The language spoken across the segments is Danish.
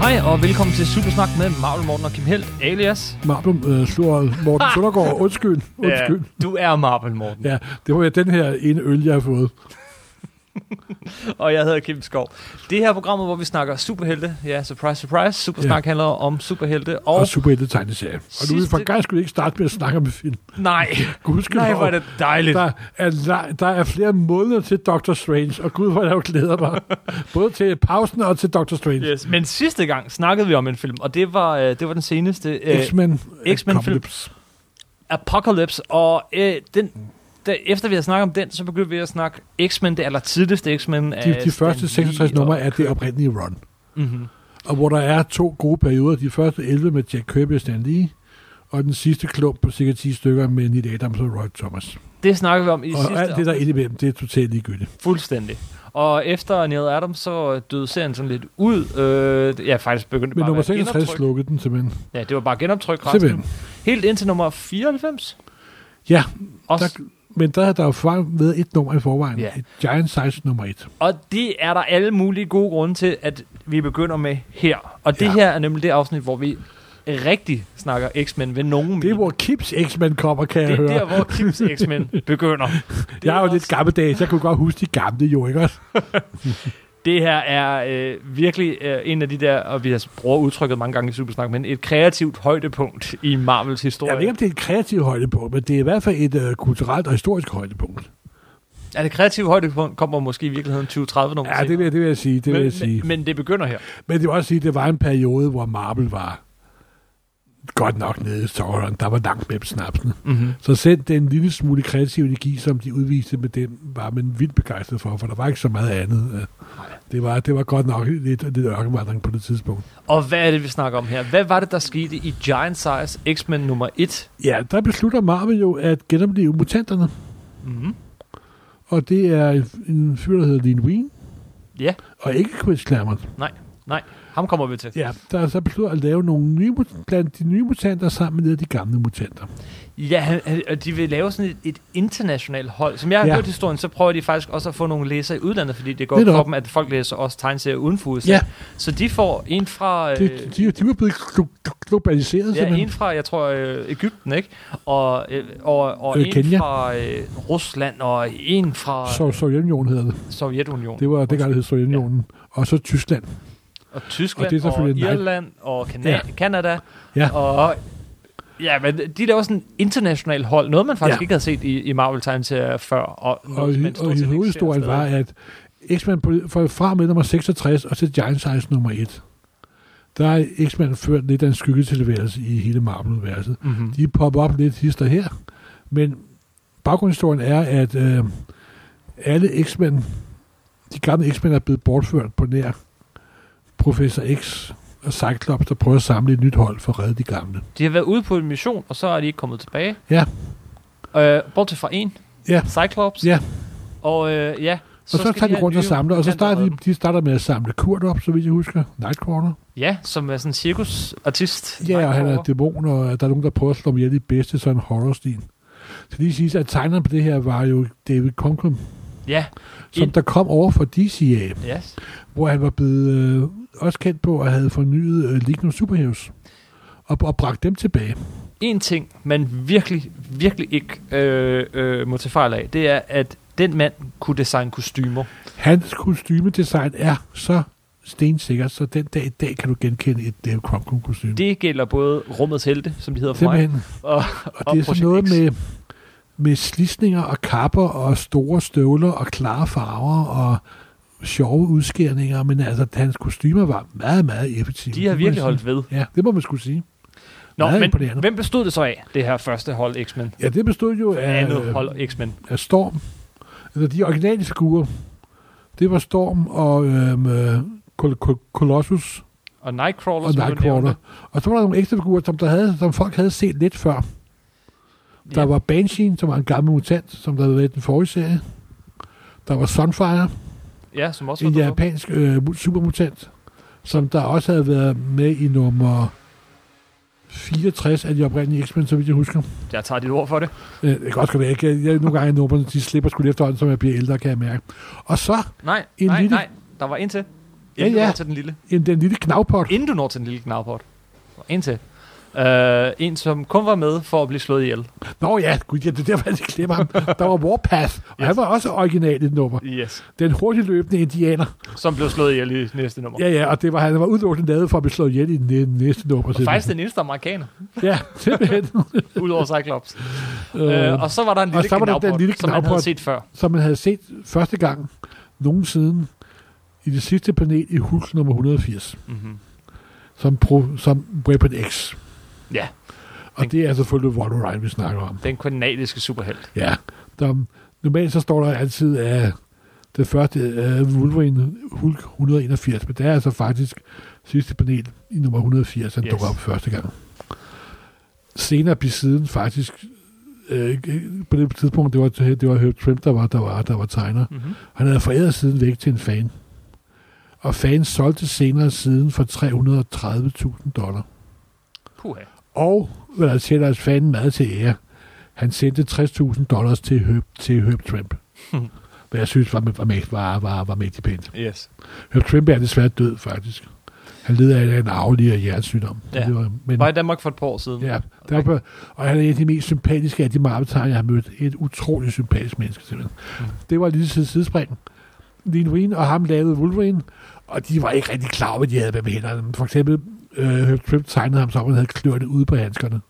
Hej og velkommen til Supersnak med Marvel Morten og Kim Helt, alias... Marblum øh, slår Morten Søndergaard. Undskyld, undskyld. Ja, du er Marvel Morten. Ja. det var ja den her ene øl, jeg har fået. Og jeg hedder Kim Skov. Det her er programmet, hvor vi snakker superhelte. Ja, surprise, surprise. Supersnak handler om superhelte. Og, Og superhelte tegneserie. Og nu vil vi Sidste- for en gang skulle ikke starte med at snakke om film. nej, Gudskelov. nej, hvor er det dejligt. Der er, la- der er flere måneder til Doctor Strange, og gud, hvor jeg jo glæder mig. Både til pausen og til Doctor Strange. Yes. Men sidste gang snakkede vi om en film, og det var, øh, det var den seneste. øh, X-Men. X-Men film. Apocalypse. Apocalypse, og øh, den, da, efter vi har snakket om den, så begyndte vi at snakke X-Men, det aller tidligste X-Men. De, de første 66 numre er det oprindelige run. Mm-hmm. Og hvor der er to gode perioder. De første 11 med Jack Kirby og Stan Lee. Og den sidste klump på cirka 10 stykker med Neil Adams og Roy Thomas. Det snakkede vi om i sidste Og alt det, der er afsnit. inde imellem, det er totalt ligegyldigt. Fuldstændig. Og efter Neil Adams, så døde serien sådan lidt ud. Øh, ja, faktisk begyndte det Men bare nummer at være 66 genoptryk. slukkede den simpelthen. Ja, det var bare genoptryk resten. simpelthen. Helt indtil nummer 94. Ja, Også, Der- men der er der jo frem ved et nummer i forvejen. Ja. Yeah. Et giant size nummer et. Og det er der alle mulige gode grunde til, at vi begynder med her. Og det Ja. her er nemlig det afsnit, hvor vi rigtig snakker X-Men ved nogen. Det er, mener. hvor Kips X-Men kommer, kan det jeg er høre. der, hvor Kims X-Men begynder. Det jeg er jo også- lidt gammeldags, jeg kunne godt huske de gamle jo, ikke også? Det her er øh, virkelig øh, en af de der, og vi har bruger udtrykket mange gange i Supersnak, men et kreativt højdepunkt i Marvels historie. Jeg ved ikke, om det er et kreativt højdepunkt, men det er i hvert fald et øh, kulturelt og historisk højdepunkt. Ja, det kreative højdepunkt kommer måske i virkeligheden 2030 nummer Ja, det vil, jeg- det vil jeg sige, det vil men, jeg sige. Men, men det begynder her. Men det vil også sige, at det var en periode, hvor Marvel var godt nok nede i sokkeren. Der var langt med snapsen. Mm-hmm. Så selv den lille smule kreative energi, som de udviste med dem, var man vildt begejstret for, for der var ikke så meget andet. Øh, Det var, det var godt nok lidt, lidt ørkenvandring på det tidspunkt. Og hvad er det, vi snakker om her? Hvad var det, der skete i Giant Size X-Men nummer 1? Ja, der beslutter Marvel jo at genopleve mutanterne, Mm-hmm. og det er en, en fyr, der hedder Lean Wien, Ja, og ikke Chris Claremont. ham kommer vi til. Ja, der er så beslutter at lave nogle nye, mut- blandt de nye mutanter sammen med de gamle mutanter. Ja, han- han- og de vil lave sådan et, et internationalt hold. Som jeg har ja. Ja. hørt historien, så prøver de faktisk også at få nogle læsere i udlandet, fordi det går Lidt op for op. dem, at folk læser også tegneserier uden for USA. Ja. Så de får en fra... Øh, De, de, de var blevet glo- glo- globaliseret, Ja, simpelthen. en fra, jeg tror, øh, Ægypten, ikke? Og, øh, og, og Øh, en Kenya. fra øh, Rusland, og en fra Så Sovjetunionen hedder det. Sovjetunionen. Det var dengang, det hed Sovjetunionen. Og så Tyskland. og Tyskland, Og det er og, og selvfølgelig en nej- Irland, og Kana- ja. Ja. Kanada. Ja. Og, ja, men de laver sådan en international hold, noget man faktisk ja. Ja. ikke havde set i, i marvel tegneserier før. Og, Og, noget, man og, stort og set ikke ser hovedhistorien var, stadig. at X-Men på- fra fra og med nummer 66 og til Giant Size nummer 1, der er X-Men ført lidt af en skyggetilværelse i hele Marvel-universet. Mhm. De popper op lidt hister her, men baggrundshistorien er, at øh, alle X-Men, de gamle X-Men er blevet bortført på nær Professor X og Cyclops, der prøver at samle et nyt hold for at redde de gamle. De har været ude på en mission, og så er de ikke kommet tilbage. Ja. Øh, bortset fra en. Ja. Cyclops. Ja. Og øh, ja, Og så, så skal tager de have rundt og nye samler, og så mutanter starter med de, dem. de starter med at samle Kurt op, så vidt jeg husker, Nightcrawler. Ja, som er sådan en cirkusartist. Ja, og han er Nightcrawler. dæmon, og der er nogen, der prøver at slå ham ihjel i bedste sådan horrorstil. Så lige siges, at tegneren på det her var jo David Conklin, Ja, som En- der kom over fra DCA, yes. hvor han var blevet øh, også kendt på at have fornyet øh, Lignum Superheroes, og, og bragt dem tilbage. en ting, man virkelig, virkelig ikke øh, øh, må tage fejl af, det er, at den mand kunne designe kostymer. Hans kostymedesign er så stensikkert, så den dag i dag kan du genkende et David Conklin kostyme. Det gælder både rummets helte, som de hedder for mig, Simpelthen. og, Og det er sådan Projekt noget X. med, med slisninger og kapper og store støvler og klare farver og sjove udskærninger, men altså hans kostymer var meget, meget effektive. de har Det må virkelig jeg holdt ved. sige. Ja, det må man skulle sige. Nå, Meget men imponerende. hvem bestod det så af, det her første hold X-Men? Ja, det bestod jo af, Andet øh, hold X-Men. af Storm. Altså de originale figurer, det var Storm og øhm, øh, Col- Col- Colossus Og Nightcrawler, og som du Nightcrawler. nævnte. Og så var der nogle ekstra figurer, som, der havde, som folk havde set lidt før. Der Ja. var Banshee, som var en gammel mutant, som der havde været i den forrige serie. Der var Sunfire, Ja, som også var en der. japansk øh, mu- supermutant, som der også havde været med i nummer 64 af de oprindelige X-Men, så vidt jeg husker. Jeg tager dit ord for det. Øh, jeg kan godt sgu da ikke. Jeg, jeg, nogle gange er nummerne, de slipper sgu lidt efterhånden, som jeg bliver ældre, kan jeg mærke. Og så Nej, En nej, lille- nej. Der var en til. Inden Ja, du ja. når til den lille. En, den lille knavpot. Inden du når til den lille knavport. En til. Uh, en, som kun var med for at blive slået ihjel. Nå ja, gud, ja, det er derfor, jeg glemmer ham. Der var Warpath, og yes. han var også original i det nummer. Yes. Den hurtigt løbende indianer. Som blev slået ihjel i næste nummer. Ja, ja, og det var, han var udelukkende lavet for at blive slået ihjel i den næ- næste nummer. Og faktisk den eneste amerikaner, Ja, simpelthen. udover Cyclops. øh, Øh, og så var der en lille så var der den knavport, den lille lille som han havde knavport. set før. som man havde set første gang nogensinde i det sidste panel i Hulk nummer 180, Mm-hmm. som, pro, som Weapon X. Ja. Og det er selvfølgelig Wolverine, vi snakker om. Den kanadiske superhelt. Ja, der, normalt så står der altid af det første af Wolverine Hulk 181, men det er altså faktisk sidste panel i nummer 180, han Yes. yes. dukker op første gang. Senere blev siden faktisk øh, på det tidspunkt, det var, det var Herb Trim, der var, der var, der var tegner. Mm-hmm. Han havde foræret siden væk til en fan. Og fan solgte senere siden for 330.000 dollar. Puha. Og hvad der tjener hans fan mad til ære. Han sendte 60.000 dollars til Herb, til Herb Tramp. Hmm. Hvad jeg synes var, var, var, var, var mægtig pænt. Yes. Herb Tramp er desværre død, faktisk. Han lider af en arvelig og hjernesygdom. Ja. Det var, men, Var i Danmark for et par år siden. ja, der var, og han er en af de mest sympatiske af de marbetegn, jeg har mødt. Et utroligt sympatisk menneske, simpelthen. Mm. Mm. Det var lige til sidespring. Lean Wien og ham lavede Wolverine, og de var ikke rigtig klar over, hvad de havde med, med hænderne. For eksempel, øh, Herb Trimp tegnede ham så, at han havde klørte ude på handskerne.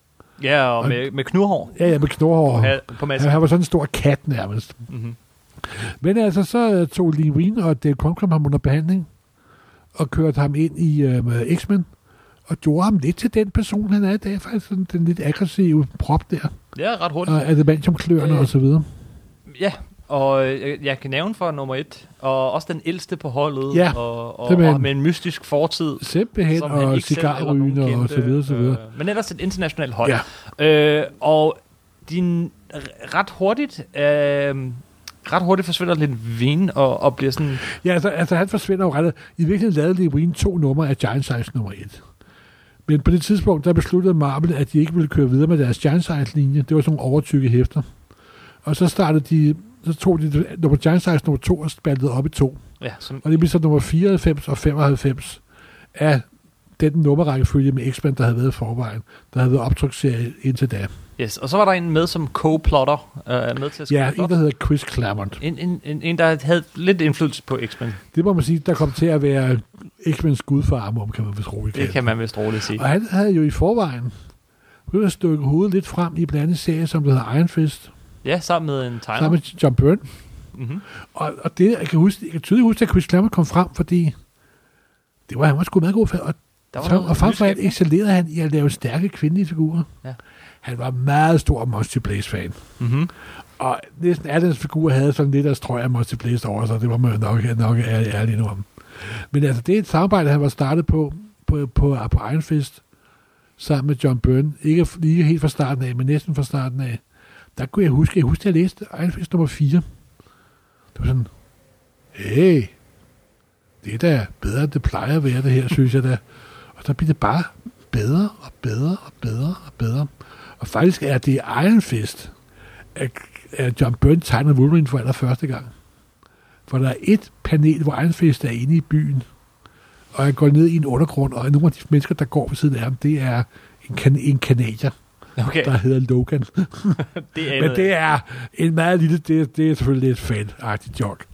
ja og med, med knurhår Ja, ja, med knorhår. ja, på Han, masken. han var sådan en stor kat nærmest. Mm-hmm. Men altså, så øh, tog Lee Wien og Dave Conkrum ham under behandling, og kørte ham ind i øh, X-Men, og gjorde ham lidt til den person, han er i dag, faktisk sådan den lidt aggressive prop der, Ja, ret hurtigt. og adamantiumkløerne Ja. og så videre. Ja, og øh, jeg, jeg kan nævne for nummer et, og også den ældste på holdet, Ja, og, og, simpelthen. og med en mystisk fortid, Simpelthen, som han og ikke selv eller nogen cigarrygende og kendte, så videre, så videre. Øh, men ellers et internationalt hold. Øh, og din r- ret hurtigt, øh, ret hurtigt forsvinder lidt vin og, og bliver sådan, Ja, altså, altså han forsvinder jo ret. I virkeligheden lavede Lee Wien to numre af Giant Size nummer 1. Men på det tidspunkt, der besluttede Marvel, at de ikke ville køre videre med deres Giant Size-linje. Det var sådan nogle overtykke hæfter. Og så startede de, så tog de nummer Giant Size nummer 2 og spaltede op i to. ja, som, Og det blev så nummer 94 og 95 af den nummerrækkefølge med X-Men, der havde været i forvejen. Der havde været optryksserie indtil da. yes. og så var der en med som co-plotter, øh, med til at skrive Ja, en, plot. der hedder Chris Claremont. en, en, en, en, der havde lidt indflydelse på X-Men. Det må man sige, der kom til at være X-Men's gudfar, om kan man vist roligt Det kalde kan man vist roligt sige. Og han havde jo i forvejen begyndt at stykke hovedet lidt frem i blandt andet serie, som hedder Iron Fist, Ja, sammen med en tegner. sammen med John Byrne. Mm-hmm. Og, og det, jeg kan, huske, jeg kan tydeligt huske, at Chris Klammer kom frem, fordi det var, han var sgu meget god for. Og, Der var så, noget og frem for alt nysgerrighed. excellerede han i at lave stærke kvindelige figurer. Ja. Han var meget stor Monty Blaze-fan. Mhm. Og næsten alle hans figurer havde sådan lidt af strøg af Monty Blaze over sig. Det var man jo nok, nok ærlig, ærlig nu om. Men altså, det er et samarbejde, han var startet på på, på, på Iron Fist sammen med John Byrne. Ikke f- lige helt fra starten af, men næsten fra starten af. Der kunne jeg huske, jeg husker, jeg læste Iron Fist nummer 4. Det var sådan, hey, det er da bedre, end det plejer at være, det her, synes jeg da. Og så bliver det bare bedre og bedre og bedre og bedre. Og faktisk er det i Iron Fist, at, at John Byrne tegner Wolverine for allerførste gang. For der er et panel, hvor Iron Fist er inde i byen, og han går ned i en undergrund, og nogle af de mennesker, der går ved siden af ham, det er en, kan- en kanadier, Okay, der hedder Logan. det er Men det er en meget lille, det, det er selvfølgelig lidt fan-agtigt jok.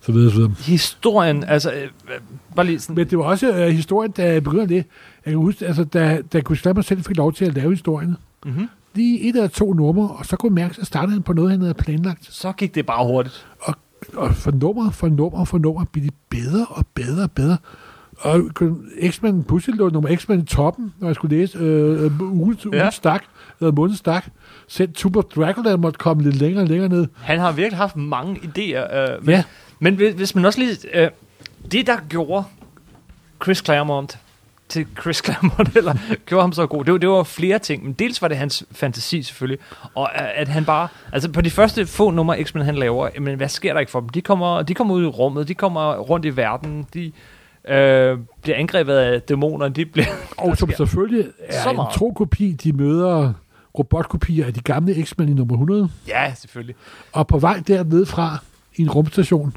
Så videre, så videre. Historien, altså, øh, øh, bare lige sådan, Men det var også øh, historien, da jeg begyndte det. Jeg kan huske, altså, da, da Chris Klammer selv fik lov til at lave historien, mm-hmm. lige et eller to numre, og så kunne jeg mærke, så startede han på noget, han havde planlagt. så gik det bare hurtigt. Og for nummer, for nummer, for nummer, blev de bedre og bedre og bedre. Og X-Men pludselig lå nummer X-Men i toppen, når jeg skulle læse øh, øh, ugens, Ja. ja. ugens stak, eller månedens stak. Selv Super Dracula måtte komme lidt længere og længere ned. Han har virkelig haft mange idéer. Øh, men, Ja. men hvis- hvis man også lige... Øh, det, der gjorde Chris Claremont til Chris Claremont, eller gjorde ham så god, det var, det var flere ting. Men dels var det hans fantasi selvfølgelig, og øh, at han bare... Altså på de første få numre X-Men han laver, men hvad sker der ikke for dem? De kommer, de kommer ud i rummet, de kommer rundt i verden, de øh, bliver angrebet af dæmoner, de bliver... Og som selvfølgelig er så en meget. tro kopi, de møder robotkopier af de gamle X-Men i nummer 100. Ja, selvfølgelig. Og på vej dernede fra i en rumstation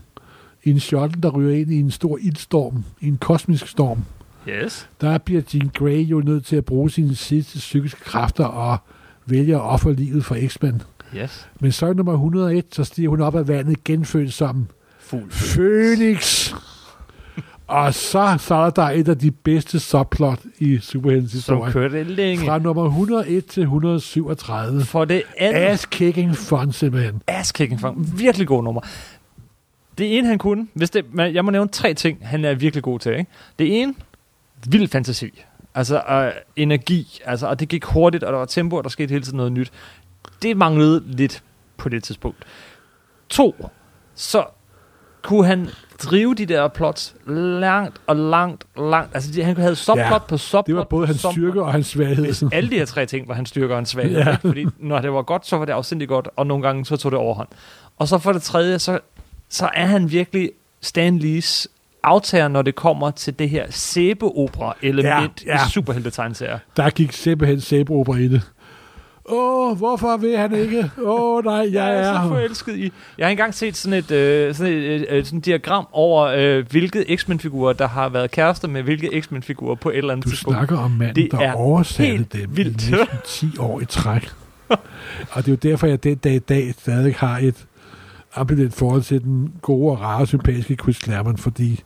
en shuttle, der ryger ind i en stor ildstorm, i en kosmisk storm, Yes. der bliver Jean Grey jo nødt til at bruge sine sidste psykiske kræfter og vælge at ofre livet for X-Men. Yes. Men så nummer 101, så stiger hun op af vandet genfødt som Fugl. Phoenix. Og så, så er der et af de bedste subplot i superheltens Som historie. kørte længe. Fra nummer 101 til 137. For det andet... Ass-kicking fun, simpelthen. ass-kicking fang. Virkelig god nummer. Det ene, han kunne, hvis det, man- jeg må nævne tre ting, han er virkelig god til. Ikke? Det ene, vild fantasi. Altså øh, energi, altså, og det gik hurtigt, og der var tempo, og der skete hele tiden noget nyt. Det manglede lidt på det tidspunkt. To, så kunne han drive de der plots langt og langt, langt. Altså, de, han havde subplot Ja, på subplot. Det var både på hans subplot styrke og hans svaghed. alle de her tre ting var hans styrke og hans svaghed. Ja. Ja. Fordi når det var godt, så var det afsindig godt, og nogle gange så tog det overhånd. Og så for det tredje, så, så er han virkelig Stan Lees aftager, når det kommer til det her sæbeopera-element Ja, ja. i superheltetegneserier. Der gik simpelthen sæbeopera i det. Åh, hvorfor vil han ikke? Åh, oh, nej, jeg Jeg er så er... forelsket i... Jeg har engang set sådan et, øh, sådan et øh, øh, sådan et diagram over, øh, hvilke X-Men-figurer, der har været kærester med hvilke X-Men-figurer på et eller andet Du tidspunkt. snakker om manden, Det der er oversatte helt dem vildt. i næsten 10 år i træk. og det er jo derfor, jeg den dag i dag stadig har et ambivalent forhold til den gode og rare, sympatiske Chris Claremont, fordi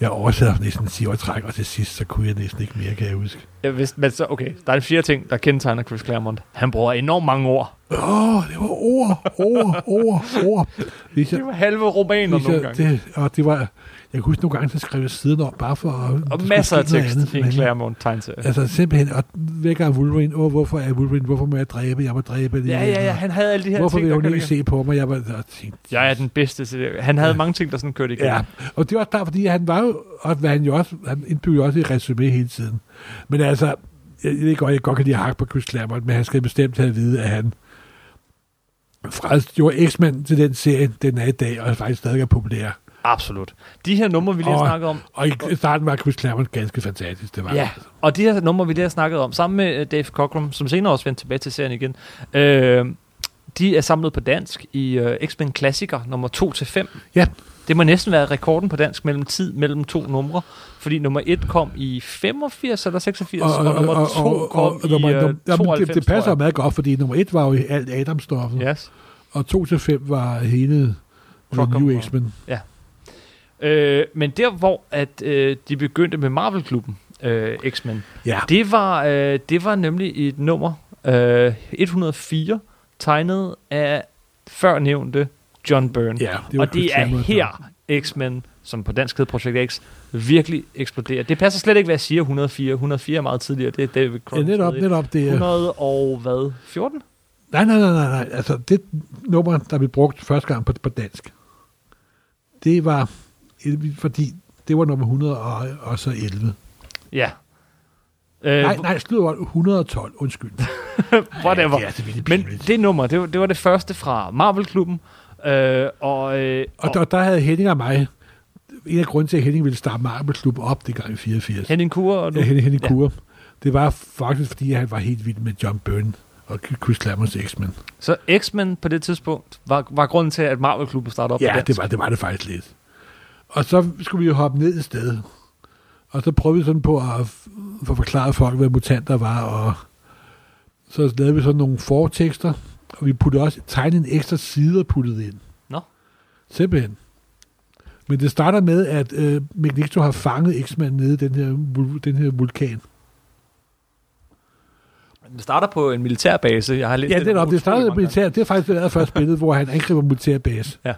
jeg oversatte ham næsten 10 år i træk, og til sidst, så kunne jeg næsten ikke mere, kan jeg huske. Ja, hvis, men så, okay, der er en fjerde ting, der kendetegner Chris Claremont. Han bruger enormt mange ord. Åh, oh, det var ord, ord, ord, ord. Hvis jeg, Det var halve romaner hvis nogle jeg, gange. det, og det var, jeg kan huske nogle gange, så skrev jeg siden om, bare for at... Og der skulle masser af ske noget andet, tekst i en men- Claremont tegneserie. Altså simpelthen, og vækker Wolverine, åh, hvorfor er Wolverine, hvorfor må jeg dræbe, jeg må dræbe det. Ja, ja, ja, han havde alle de her Hvorfor ting, vil der hun kørte ikke igennem. se på mig? Jeg var der tænkte, Jeg er den bedste til det. Han havde Ja. mange ting, der sådan kørte igennem. Ja, og det var også bare, fordi han var jo, og hvad han jo også, han indbyggede også i resume hele tiden. Men altså, jeg, jeg ved godt, jeg godt kan lide at hakke på Chris Claremont, men han skal bestemt have at vide, at han frelste X-Men til den serie, den er i dag, og faktisk stadig er populær. Absolut. De her numre, vi lige har Og- snakket om, Og i starten var Chris Claremont ganske fantastisk, det var Ja, han. og de her numre, vi lige har snakket om, sammen med øh, Dave Cockrum, som senere også vendte tilbage til serien igen, øh, de er samlet på dansk i øh, X-Men Klassiker nummer 2-5. Ja. Det må næsten være rekorden på dansk mellem tid mellem to numre, fordi nummer 1 kom i 85 eller 86, og, og, og nummer 2 kom og nummer- i øh, num- jamen, 92, det, det passer tror meget godt, fordi nummer et var jo alt Adam-stoffet, jeg. Yes. og to til fem var hele Rock The New and- X-Men. Øh, men der, hvor at, øh, de begyndte med Marvel-klubben, øh, X-Men, Ja. det var, øh, det var nemlig et nummer, øh, 104, tegnet af førnævnte John Byrne. Ja, det og Chris det er Claremont, der- her X-Men, som på dansk hedder Projekt X, virkelig eksploderer. Det passer slet ikke, hvad jeg siger 104. 104 er meget tidligere. Det er David Ja, Cronin. netop, stadig. netop det. er- 100 og hvad? 14? Nej, nej, nej, nej, nej. Altså, det nummer, der blev brugt første gang på, på dansk, det var, fordi det var nummer 100 og, og så 11. Ja. Øh, nej, nej, slut var 112, undskyld. Whatever. Ja, det er altså virkelig Men pinligt. det nummer, det var det, var det første fra Marvel-klubben. Øh, og, øh, Og der, der havde Henning og mig, en af grunden til, at Henning ville starte Marble Klub op, det gang i 84. Henning Kure og nu. Ja, Henning, Henning Ja. Kure. Det var faktisk, fordi han var helt vild med John Byrne og Chris Lammers X-Men. Så X-Men på det tidspunkt var, var grunden til, at Marvel-klubben startede op på Ja, dansk. det var, det var det faktisk lidt. Og så skulle vi jo hoppe ned et sted. Og så prøvede vi sådan på at f- få forklaret folk, hvad mutanter var, og så lavede vi sådan nogle fortekster, og vi puttede også tegnede en ekstra side og puttede ind. Nå. Simpelthen. Men det starter med, at øh, Magneto har fanget X-Man nede i den her, vul- den her vulkan. Det starter på en militærbase. Jeg har lidt Ja, det, er op. det startede med militær. Det er faktisk det allerførste billede, hvor han angriber militærbase. Ja.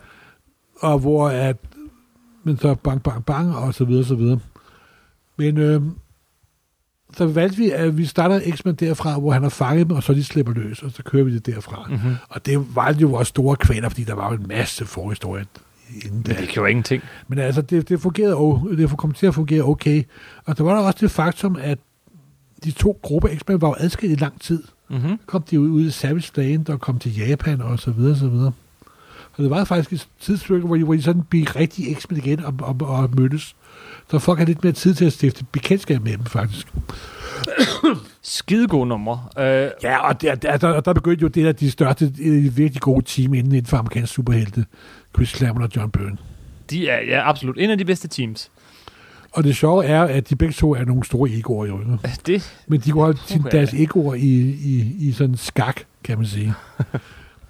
Og hvor at, men så bang, bang, bang, og så videre, så videre. Men øh, så valgte vi, at vi starter X-Men derfra, hvor han har fanget dem, og så de slipper løs, og så kører vi det derfra. Mm. Mm-hmm. Og det var jo vores store kvaler, fordi der var jo en masse forhistorie inden Men da. det kan jo ingenting. Men altså, det, det fungerede og det kom til at fungere okay. Og der var der også det faktum, at de to grupper X-Men var jo adskilt i lang tid Mm-hmm. kom de ud, ud i Savage Land og kom til Japan og så videre, så videre. Og det var faktisk et tidsstykke, hvor de, hvor de sådan blev rigtig x igen og, og, og mødtes. Så folk har lidt mere tid til at stifte bekendtskab med dem, faktisk. Skide gode numre. Øh, Ja, og der, der, der, og der begyndte jo det der, de største, øh, virkelig gode team inden, inden for amerikansk superhelte. Chris Claremont og John Byrne. de er ja, absolut en af de bedste teams. Og det sjove er, at de begge to er nogle store egoer i øvrigt. Det, Men de kunne holde sin, Puha. deres egoer i, i, i sådan skak, kan man sige.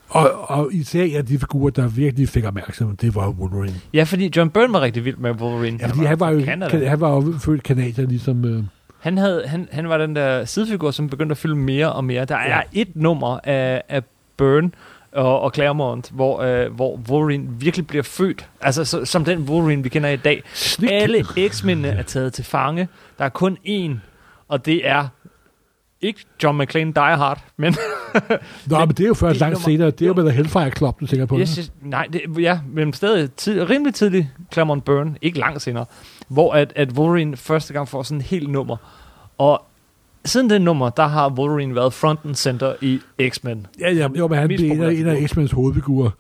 og, og især ja, de figurer, der virkelig fik opmærksomhed, det var Wolverine. ja, fordi John Byrne var rigtig vild med Wolverine. Ja, fordi han var, jo, fra Canada. kan, han var jo født kanadier, ligesom... Øh, Han, havde, han, han var den der sidefigur, som begyndte at fylde mere og mere. Der er Ja. et nummer af, af Burn og, og Claremont, hvor, øh, hvor Wolverine virkelig bliver født. Altså så, som den Wolverine, vi kender i dag. slik. Alle X-mændene er taget til fange. Der er kun én, og det er ikke John McClane Die Hard, men Nå, men det er jo først det langt nummer- senere. Det er jo med The Hellfire Club, du tænker på. Yes, Yes, yes, nej, det, ja, men stadig tid, rimelig tidlig Claremont Burn, ikke langt senere, hvor at, at Wolverine første gang får sådan en helt nummer. Og siden det nummer, der har Wolverine været front and center i X-Men. ja, ja, jo, men han Mest blev en af, en populære af X-Mens hovedfigurer.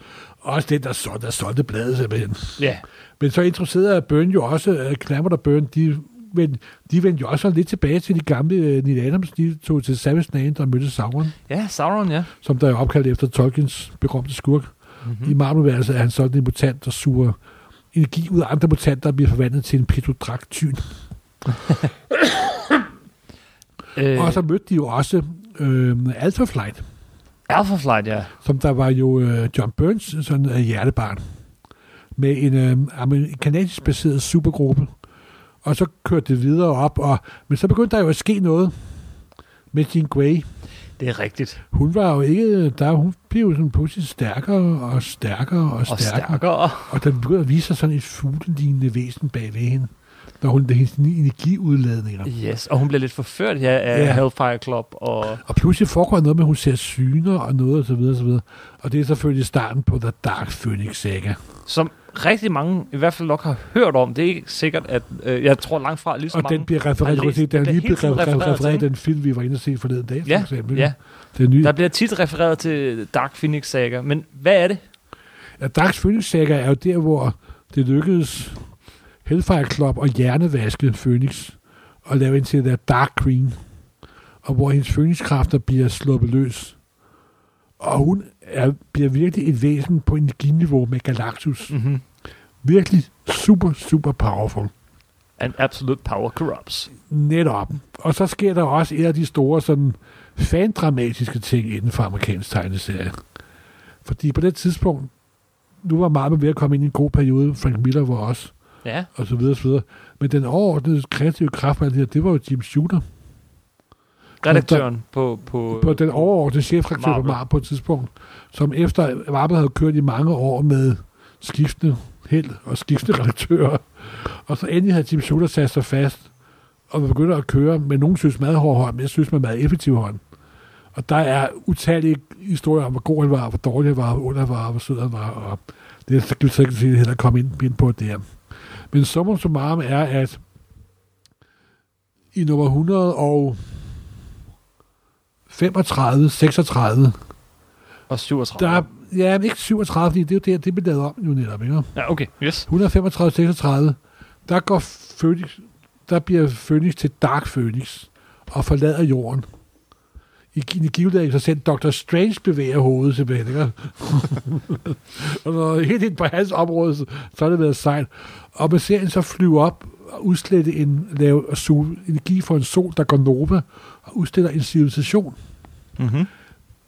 Også den, der solgte, der solgte bladet simpelthen. Ja, Men så interesserede Byrne jo også, uh, Clammer og Byrne, de, men de vendte jo også sådan lidt tilbage til de gamle uh, Neil Adams. De tog til Savage Land og mødte Sauron, ja Sauron, ja. som der er opkaldt efter Tolkiens berømte skurk. Mm. I Mm-hmm. Marmorværelset er han sådan en mutant, der suger energi ud af andre mutanter og bliver forvandlet til en pedodragt-tyn. Øh, Øh. Og så mødte de jo også øh, Alpha Flight, Alpha Flight, ja. som der var jo øh, John Burns sådan øh, hjertebarn, med en øh, amer- kanadisk baseret supergruppe. Og så kørte det videre op, og, men så begyndte der jo at ske noget med Jean Grey. Det er rigtigt. Hun var jo ikke, der hun blev jo sådan pludselig stærkere og stærkere og Og stærkere. stærkere. Og, og der begyndte at vise sig sådan et fuglelignende væsen bag ved hende, når hun hendes energiudladninger. Yes, og hun bliver lidt forført ja, af Ja. yeah. Hellfire Club. Og, Og pludselig foregår noget med, at hun ser syner og noget og så videre og så videre. Og det er selvfølgelig starten på The Dark Phoenix Saga. som rigtig mange i hvert fald nok har hørt om. Det er ikke sikkert, at øh, jeg tror langt fra lige så Og mange. den bliver refereret, har du kan læst- se, den er den lige bliver blevet hele tiden refereret refereret, refereret i til, den film, vi var inde og se forleden dag, for Ja, eksempel. ja. Den nye. Der bliver tit refereret til Dark Phoenix Saga, men hvad er det? Ja, Dark Phoenix Saga er jo der, hvor det lykkedes Hellfire Club og hjernevaske Phoenix og lave en til der Dark Green, og hvor hendes Phoenix-kræfter bliver sluppet løs. Og hun er, bliver virkelig et væsen på energiniveau med Galactus. Mm-hmm. Virkelig super, super powerful. An absolute power corrupts. Netop. Og så sker der også et af de store sådan, fandramatiske ting inden for amerikansk tegneserie. Fordi på det tidspunkt, nu var Marvel ved at komme ind i en god periode, Frank Miller var også, Ja, og så videre, og så videre. Men den overordnede kreative kraft, på alt det, her, det var jo Jim Shooter. redaktøren på, på... På den overordnede chefredaktør på Marvel. Marvel på et tidspunkt, som efter Marvel havde kørt i mange år med skiftende held og skiftende redaktører. Og så endelig havde Jim Shooter sat sig fast og begyndte at køre med nogen synes meget hård hånd, men jeg synes med meget effektiv hånd. Og der er utallige historier om, hvor god han var, hvor dårlig han var, hvor ond han var, hvor sød han var. Og det skal vi sikkert sige, heller komme ind, ind på det her. Men summa summarum er, at i nummer 135, 36, Og 37. der er, ja, men ikke 37, fordi det er jo der, det blev lavet om jo netop, ikke? Ja, okay. Yes. 135-36, der går Phoenix, der bliver Phoenix til Dark Phoenix og forlader jorden. I energiudlægning så sendt Dr. Strange bevæger hovedet tilbage. Ikke? og når helt ind på hans område, så, så har det været sejt. Og med serien så flyver op og udslette en, lave, og suge energi for en sol, der går nova og udstiller en civilisation. Mm-hmm.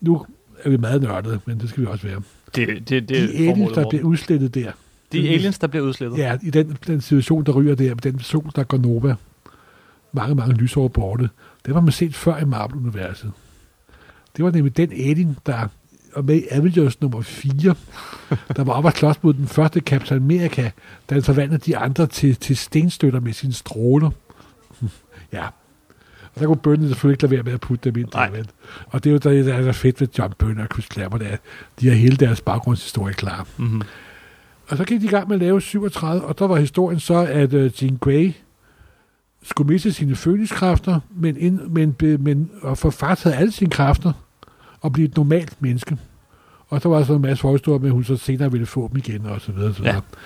Nu er vi meget nørdede, men det skal vi også være. Det, det, det, De er aliens, formålet, der Morten. bliver udslettet der, De aliens, der bliver udslettet. Ja, i den, den situation, der ryger der, med den sol, der går Nova, mange, mange lysår borte, det har man set før i Marvel-universet. Det var nemlig den alien, der var med i Avengers nummer 4, der var oppe og slås mod den første Captain America, da han forvandlede de andre til, til stenstøtter med sine stråler. ja. Og der kunne Bønne selvfølgelig ikke lade være med at putte dem ind. Nej. Der, men- og det er jo der, der er så fedt ved John Bønne og Chris Claremont, at de har hele deres baggrundshistorie klar. Mm-hmm. Og så gik de i gang med at lave 37, og der var historien så, at uh, Jean Grey skulle miste sine følelseskræfter, men, ind, men, be- men og forfattede alle sine kræfter og blive et normalt menneske. Og der var så en masse forhistorier med, at hun så senere ville få dem igen, og så videre, og så videre. Ja. Ja.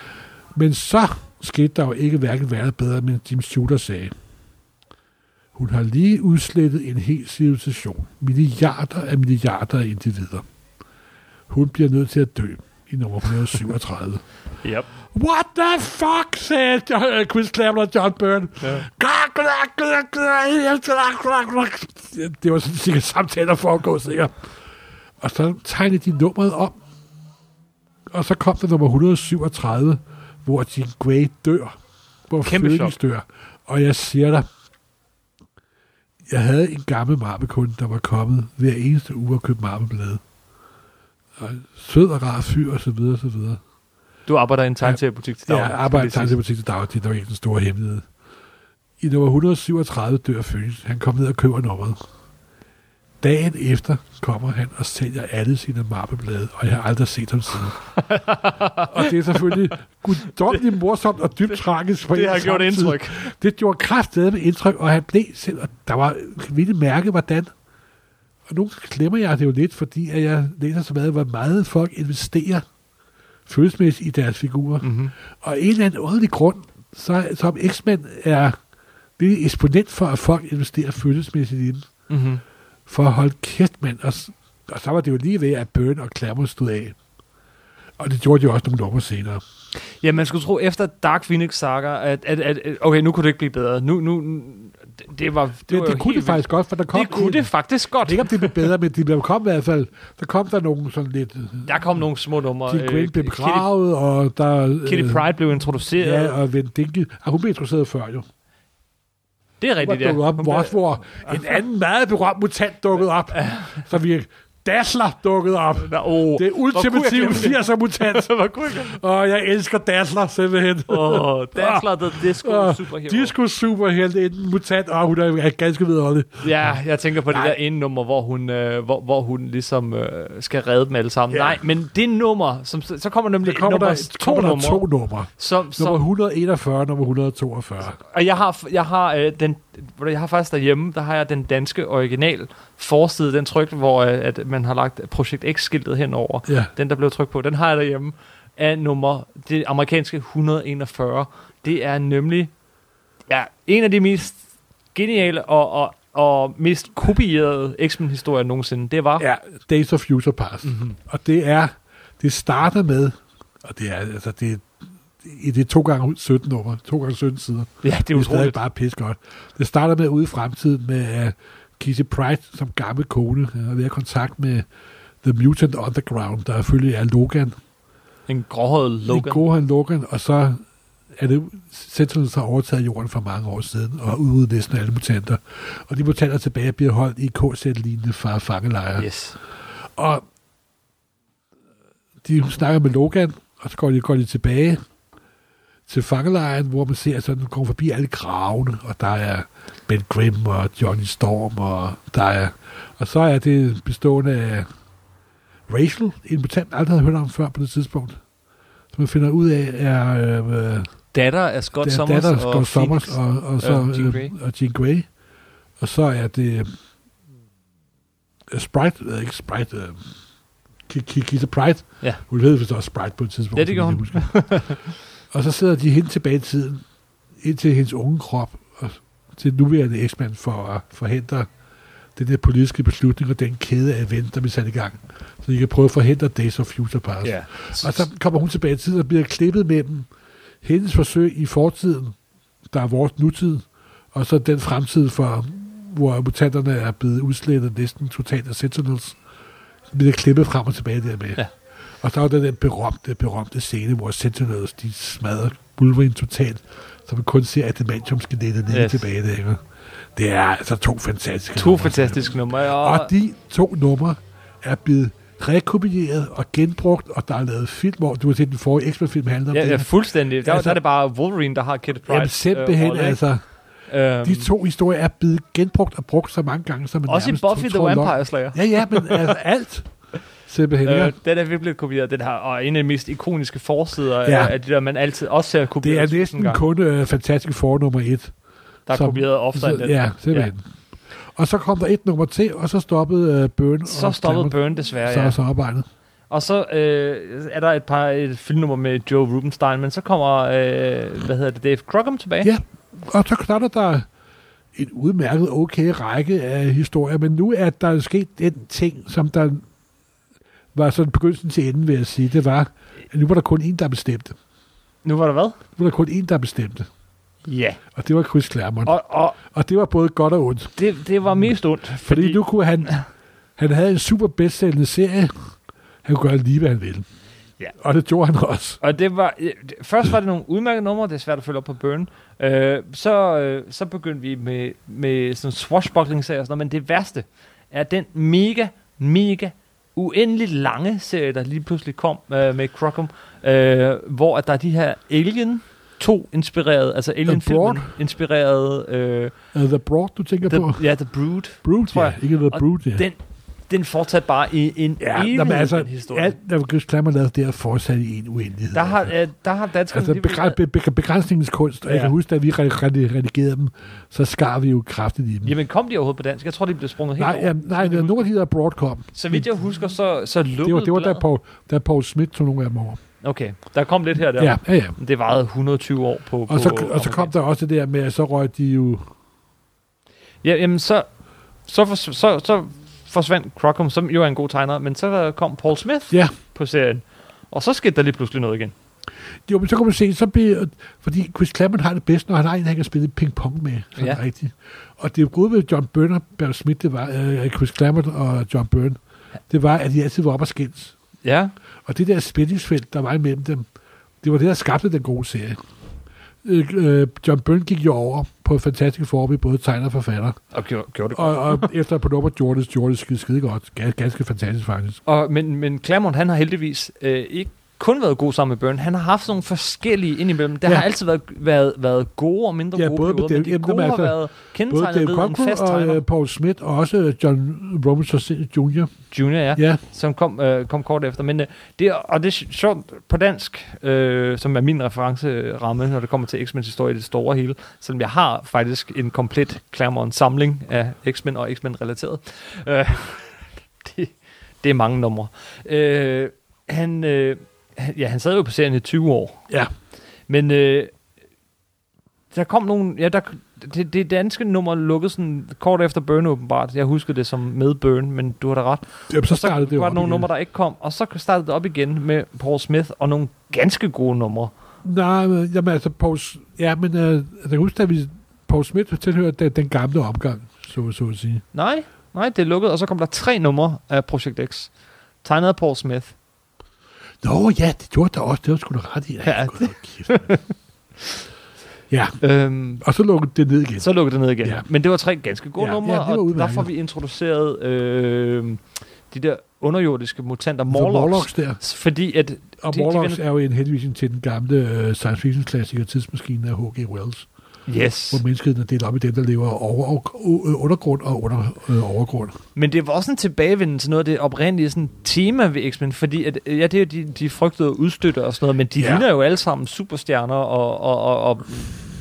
Men så skete der jo ikke hverken værre eller bedre, men Jim Shooter sagde, hun har lige udslettet en hel civilisation. Milliarder af milliarder af individer. Hun bliver nødt til at dø. i nummer 137. Yep. What the fuck, sagde John, uh, Chris Clapton og John Byrne. Ja. Det var sådan cirka samtaler der foregår, sikkert. Og så tegnede de nummeret om. Og så kom der nummer 137, hvor Jean Grey dør. Hvor Kæmpe Phoenix dør. Og jeg siger dig, jeg havde en gammel marbekunde, der var kommet hver eneste uge og købte marbeblade. Og en sød og rar fyr, og så videre, og så videre. Du arbejder i en tegneseriebutik til Ja, daglig. jeg Det arbejder er til butik til daglig. Det er nok ikke den store hemmelighed. I nummer 137 dør Phoenix. Han kom ned og køber nummeret. Dagen efter kommer han og sælger alle sine mappeblade, og jeg har aldrig set ham siden. og det er selvfølgelig guddommeligt morsomt og dybt tragisk. på Det en har og gjort samme tid. indtryk. Det gjorde kraftedeme indtryk, og han blev selv, og der var vildt mærke, hvordan. Og nu klemmer jeg det jo lidt, fordi at jeg læser så meget, hvor meget folk investerer følelsesmæssigt i deres figurer. Mm-hmm. Og af en eller anden underlig grund, så, som X-Men er det er eksponent for, at folk investerer følelsesmæssigt i dem. Mm-hmm. For at holde kæft, mand. Og, s- og så var det jo lige ved, at Byrne og Clammer stod af. Og det gjorde de også nogle numre senere. Ja, man skulle tro efter Dark Phoenix Saga, at, at, at, at okay, nu kunne det ikke blive bedre. Nu, nu, det, det var, det, Det, var det, jo det kunne helt det faktisk godt, for der vildt. kom... det kunne en- det faktisk Jeg godt. ved ikke, om det blev bedre, men de blev kom i hvert fald. Der kom der nogle sådan lidt... Der kom nogle små numre. øh, Jean Grey blev Kitty, begravet, og der... øh, Kitty Pride blev introduceret. Ja, og Vendinke. Ah, hun blev introduceret før, jo. det er Hvor rigtigt, ja. dukkede op, Hun hvor, også, blev- hvor en anden meget berømt mutant dukkede op. Så vi Dassler dukkede op. Nå, oh. åh. Det er ultimative glemme det? 80'er mutant. Hvor kunne jeg glemme Og jeg elsker Dassler simpelthen. det? Åh, ah. oh, Dazzler the Disco Og Superhero. Disco superhelte, en mutant, og hun er ganske vidunderlig. Ja, Ah. jeg tænker på det Nej. der ene nummer, hvor hun, øh, hvor, hvor hun ligesom øh, skal redde dem alle sammen. Ja. Nej, men det nummer, som, så så kommer nemlig Der kommer nummer, der, to kommer der numre, to numre. som, som, Nummer 141 og nummer 142. Og jeg har, jeg har, øh, den, ved du, jeg har faktisk derhjemme, der har jeg den danske original forside, den tryk, hvor øh, at man har lagt Projekt X-skiltet henover. Ja. Den, der blev trykt på, den har jeg derhjemme af nummer, det amerikanske 141. Det er nemlig ja, en af de mest geniale og, og, og mest kopierede X-Men-historier nogensinde. Det var... Ja, Days of Future Past. Mhm. Mm-hmm. Og det er, det starter med, og det er, altså, det, det, det er to gange 17 nummer, to gange 17 sider. ja det er Det er stadig utroligt. bare pis godt. Det starter med ude i fremtiden med uh, Kitty Pride som gammel kone, øh, og ved at kontakt med The Mutant Underground, der selvfølgelig er Logan. En gråhåret Logan. Logan. Gohan Logan, og så er det Sentinels har overtaget jorden for mange år siden, og udryddet næsten alle mutanter. Og de mutanter tilbage bliver holdt i KZ-lignende fra fangelejre. Yes. Og de snakker med Logan, og så går de, går de tilbage til fangelejren, hvor man ser sådan, kommer forbi alle gravene, og der er Ben Grimm og Johnny Storm, og der er, og så er det bestående af Rachel, en mutant, jeg aldrig havde hørt om før på det tidspunkt, som man finder ud af, er øh, Datter af Scott det er Summers datter, Scott og Summers Phoenix. og, og så Øh, Jean øh, Grey. og Jean Grey. Og så er det øh, Sprite, øh, ikke Sprite, øh, Ki- Ki- Kita Pride. Ja. Hun hed vist også Sprite på et tidspunkt. Ja, det så gjorde vidt jeg husker. og så sidder de hen tilbage i tiden, ind til hendes unge krop, og til nuværende X-Man for at forhindre den der politiske beslutning og den kæde af event, der bliver sat i gang. Så de kan prøve at forhindre Days of Future Past. Ja. Og så kommer hun tilbage i tiden og bliver klippet mellem hendes forsøg i fortiden, der er vores nutid, og så den fremtid, for, hvor mutanterne er blevet udslettet næsten totalt af Sentinels, bliver klippet frem og tilbage dermed. Ja. Og så er der den berømte, berømte scene, hvor Sentinels de smadrer Wolverine totalt, så man kun ser adamantium-skelettet nede Yes. yes. tilbage der. Det er altså to fantastiske To numre. fantastiske numre. Og, Og de to numre er blevet rekombineret og genbrugt, og der er lavet film, hvor du har set den forrige X-Men-film handler om Ja, det. ja fuldstændig. Der, Altså- der er det bare Wolverine, der har Kitty Pryde. Jamen simpelthen, øh, altså, Øhm, de to historier er blevet genbrugt og brugt så mange gange, som man også i nærmest Buffy the tror nok- Vampire Slayer. Ja, ja, men altså alt. Simpelthen, ja. Øh, den er virkelig kopieret, den her, og en af de mest ikoniske forsider ja. Ja. af de der, man altid også ser Det kopieret. er tusind næsten gange. kun øh, fantastisk for nummer et. Der er som- kopieret oftere end Så, den. ja, simpelthen. Ja. Og så kom der et nummer til, og så stoppede øh, Bøn. Så og stoppede Clammer- Burn desværre, Så ja. så arbejdet. Og så øh, er der et par et filmnummer med Joe Rubenstein, men så kommer, øh, hvad hedder det, Dave Crockham tilbage. Ja, og så starter der en udmærket okay række af historier, men nu er der sket den ting, som der var sådan begyndelsen til enden, vil jeg sige. Det var, at nu var der kun en, der bestemte. Nu var der hvad? Nu var der kun en, der bestemte. Ja. Og det var Chris Claremont. Og, Og, og og det var både godt og ondt. det, det var mest ondt. Fordi, Fordi, fordi nu kunne han... Han havde en super bedstsælgende serie. Han kunne gøre lige, hvad han ville. Ja. Og det gjorde han også. Og det var, øh, det- først var det nogle udmærkede numre, det er svært at følge op på Burn. Øh, så, øh, så begyndte vi med, med sådan swashbuckling serier og sådan noget, men det værste er den mega, mega uendeligt lange serie, der lige pludselig kom øh, med Crockham, øh, hvor at der er de her Alien 2 inspirerede, altså Alien Brood? filmen inspirerede, øh, Uh, the Broad, du tænker the, på? ja, The Brood. Brood, tror tror jeg. jeg. Ja. Ikke The Og Brood, ja. Den, den fortsatte bare i en ja, evighed, nå, men altså, den historie. alt, hvad Chris Claremont lavede, det er fortsat i en uendelighed. der har, altså. øh, der har danskerne... Altså lige været- begræ- be- be- begrænsningens kunst, og Ja. ja. jeg kan huske, da vi re- re- redigerede dem, så skar vi jo kraftigt i dem. Jamen kom de overhovedet på dansk? Jeg tror, de blev sprunget helt nej, over. ja, nej, der er nogle af de der broadcom. Så vidt jeg husker, så, så lukkede Det var, det var da bladet. Paul, da Paul Smith tog nogle af dem over. Okay, der kom lidt her og der. Ja, ja, ja. Det varede 120 år på... Og på så, og så kom der også det der med, at så røg de jo... Ja, jamen så, så, for, så, så forsvandt Crockham, som jo er en god tegner, men så øh, kom Paul Smith Ja. på serien. Og så skete der lige pludselig noget igen. Jo, men så kan man se, så bliver, fordi Chris Claremont har det bedst, når han har en, han kan spille ping-pong med, sådan Ja. ja. rigtigt. Og det gode ved John Byrne og Barry Smith, det var, øh, Chris Claremont og John Byrne, det var, at de altid var op og skændes. Ja, Og det der spændingsfelt, der var imellem dem, det var det, der skabte den gode serie. Øh, øh, John Byrne gik jo over på et fantastisk forbi både tegner og forfatter. og gjorde, gjorde det. Og, og efter på nummer Jordis, Jordis skide, skide godt. Ga- Ganske fantastisk, faktisk. Og, men, men Claremont, han har heldigvis øh, ikke kun været god sammen med Burn. Han har haft sådan nogle forskellige indimellem. Der ja. Ja. har altid været, været, været gode og mindre Ja, gode både med perioder, men Dave- de jamen, dem gode har altså- været Både kendetegnet Dave ved en fast Cockrum og tegner. øh, Paul Smith, og også øh, John Robinson Jr. Junior, ja. Ja, som kom, øh, kom kort efter. Men øh, det, er- og det er sjovt på dansk, øh, som er min referenceramme, når det kommer til X-Men's historie i det store hele, selvom jeg har faktisk en komplet Claremont-samling af X-Men og X-Men-relateret. Øh, det, det er mange numre. Øh, han, øh, han- ja, han sad jo på serien i 20 år, ja. men øh, der kom nogle... Ja, der, det, det danske nummer lukkede sådan kort efter Burn åbenbart. Jeg husker det som med Burn, men du har da ret. Jamen, så Og så startede det jo var op der nogle igen. numre, der ikke kom, og så startede det op igen med Paul Smith og nogle ganske gode numre. Nej, men, jamen altså, Paul, S- ja, men øh, jeg kan huske, at vi, Paul Smith tilhører den, den gamle omgang, så, så at sige. Nej, nej, det lukkede, og så kom der tre numre af Project X. Tegnet af Paul Smith. Nå ja, det gjorde der også, det var sgu da ret i. Ja, Gud, kæft. ja, Øhm, og så lukkede det ned igen. så lukkede det ned igen. Ja. Ja. Men det var tre ganske gode Ja, numre, ja, det var og der udmærket. får vi introduceret øh, de der underjordiske mutanter, The Morlocks. Morlocks der. Fordi at... Og de- de Morlocks vender- er jo en henvisning til den gamle øh, science fiction klassiker Tidsmaskinen af H.G. Wells, Yes. hvor menneskeheden er delt op i dem, der lever over, og, øh, undergrund og under øh, overgrund. Men det var også en tilbagevenden til noget af det oprindelige sådan, tema ved X-Men, fordi at, øh, ja, det er jo de, de frygtede udstøtter og sådan noget, men de ja. Ja. ligner jo alle sammen superstjerner og, og, og, og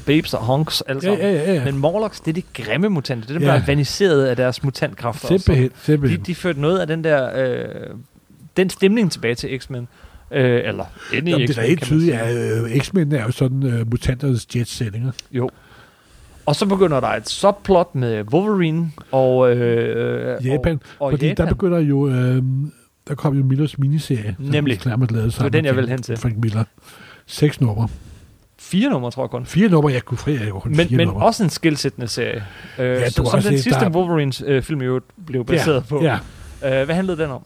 babes og honks alle Ja, sammen. ja, ja. ja. Men Morlocks, det er de grimme mutanter. Det er dem, Ja. der er vaniseret af deres mutantkræfter. og sådan. Simpelthen, simpelthen. De, de førte noget af den der øh, den stemning tilbage til X-Men. Øh, eller ind i Jamen, det er X-Men, da helt kan man tydeligt, sige. at øh, X-Men er jo sådan øh, mutanternes jetsendinger. Jo. Og så begynder der et subplot med Wolverine og... Øh, Japan, Og, og Fordi Japan. der begynder jo, øh, der kom jo Millers miniserie, Nemlig. som Claremont lavede sammen den, jeg med ville hen til. Frank Miller. Seks numre. Fire numre, tror jeg kun. Fire numre, jeg kunne fri, jeg kunne kun men, fire men numre. også en skilsættende serie, øh, ja, du som, har som også den set, sidste der- Wolverines-film i øvrigt blev baseret på. Ja. Øh, hvad handlede den om?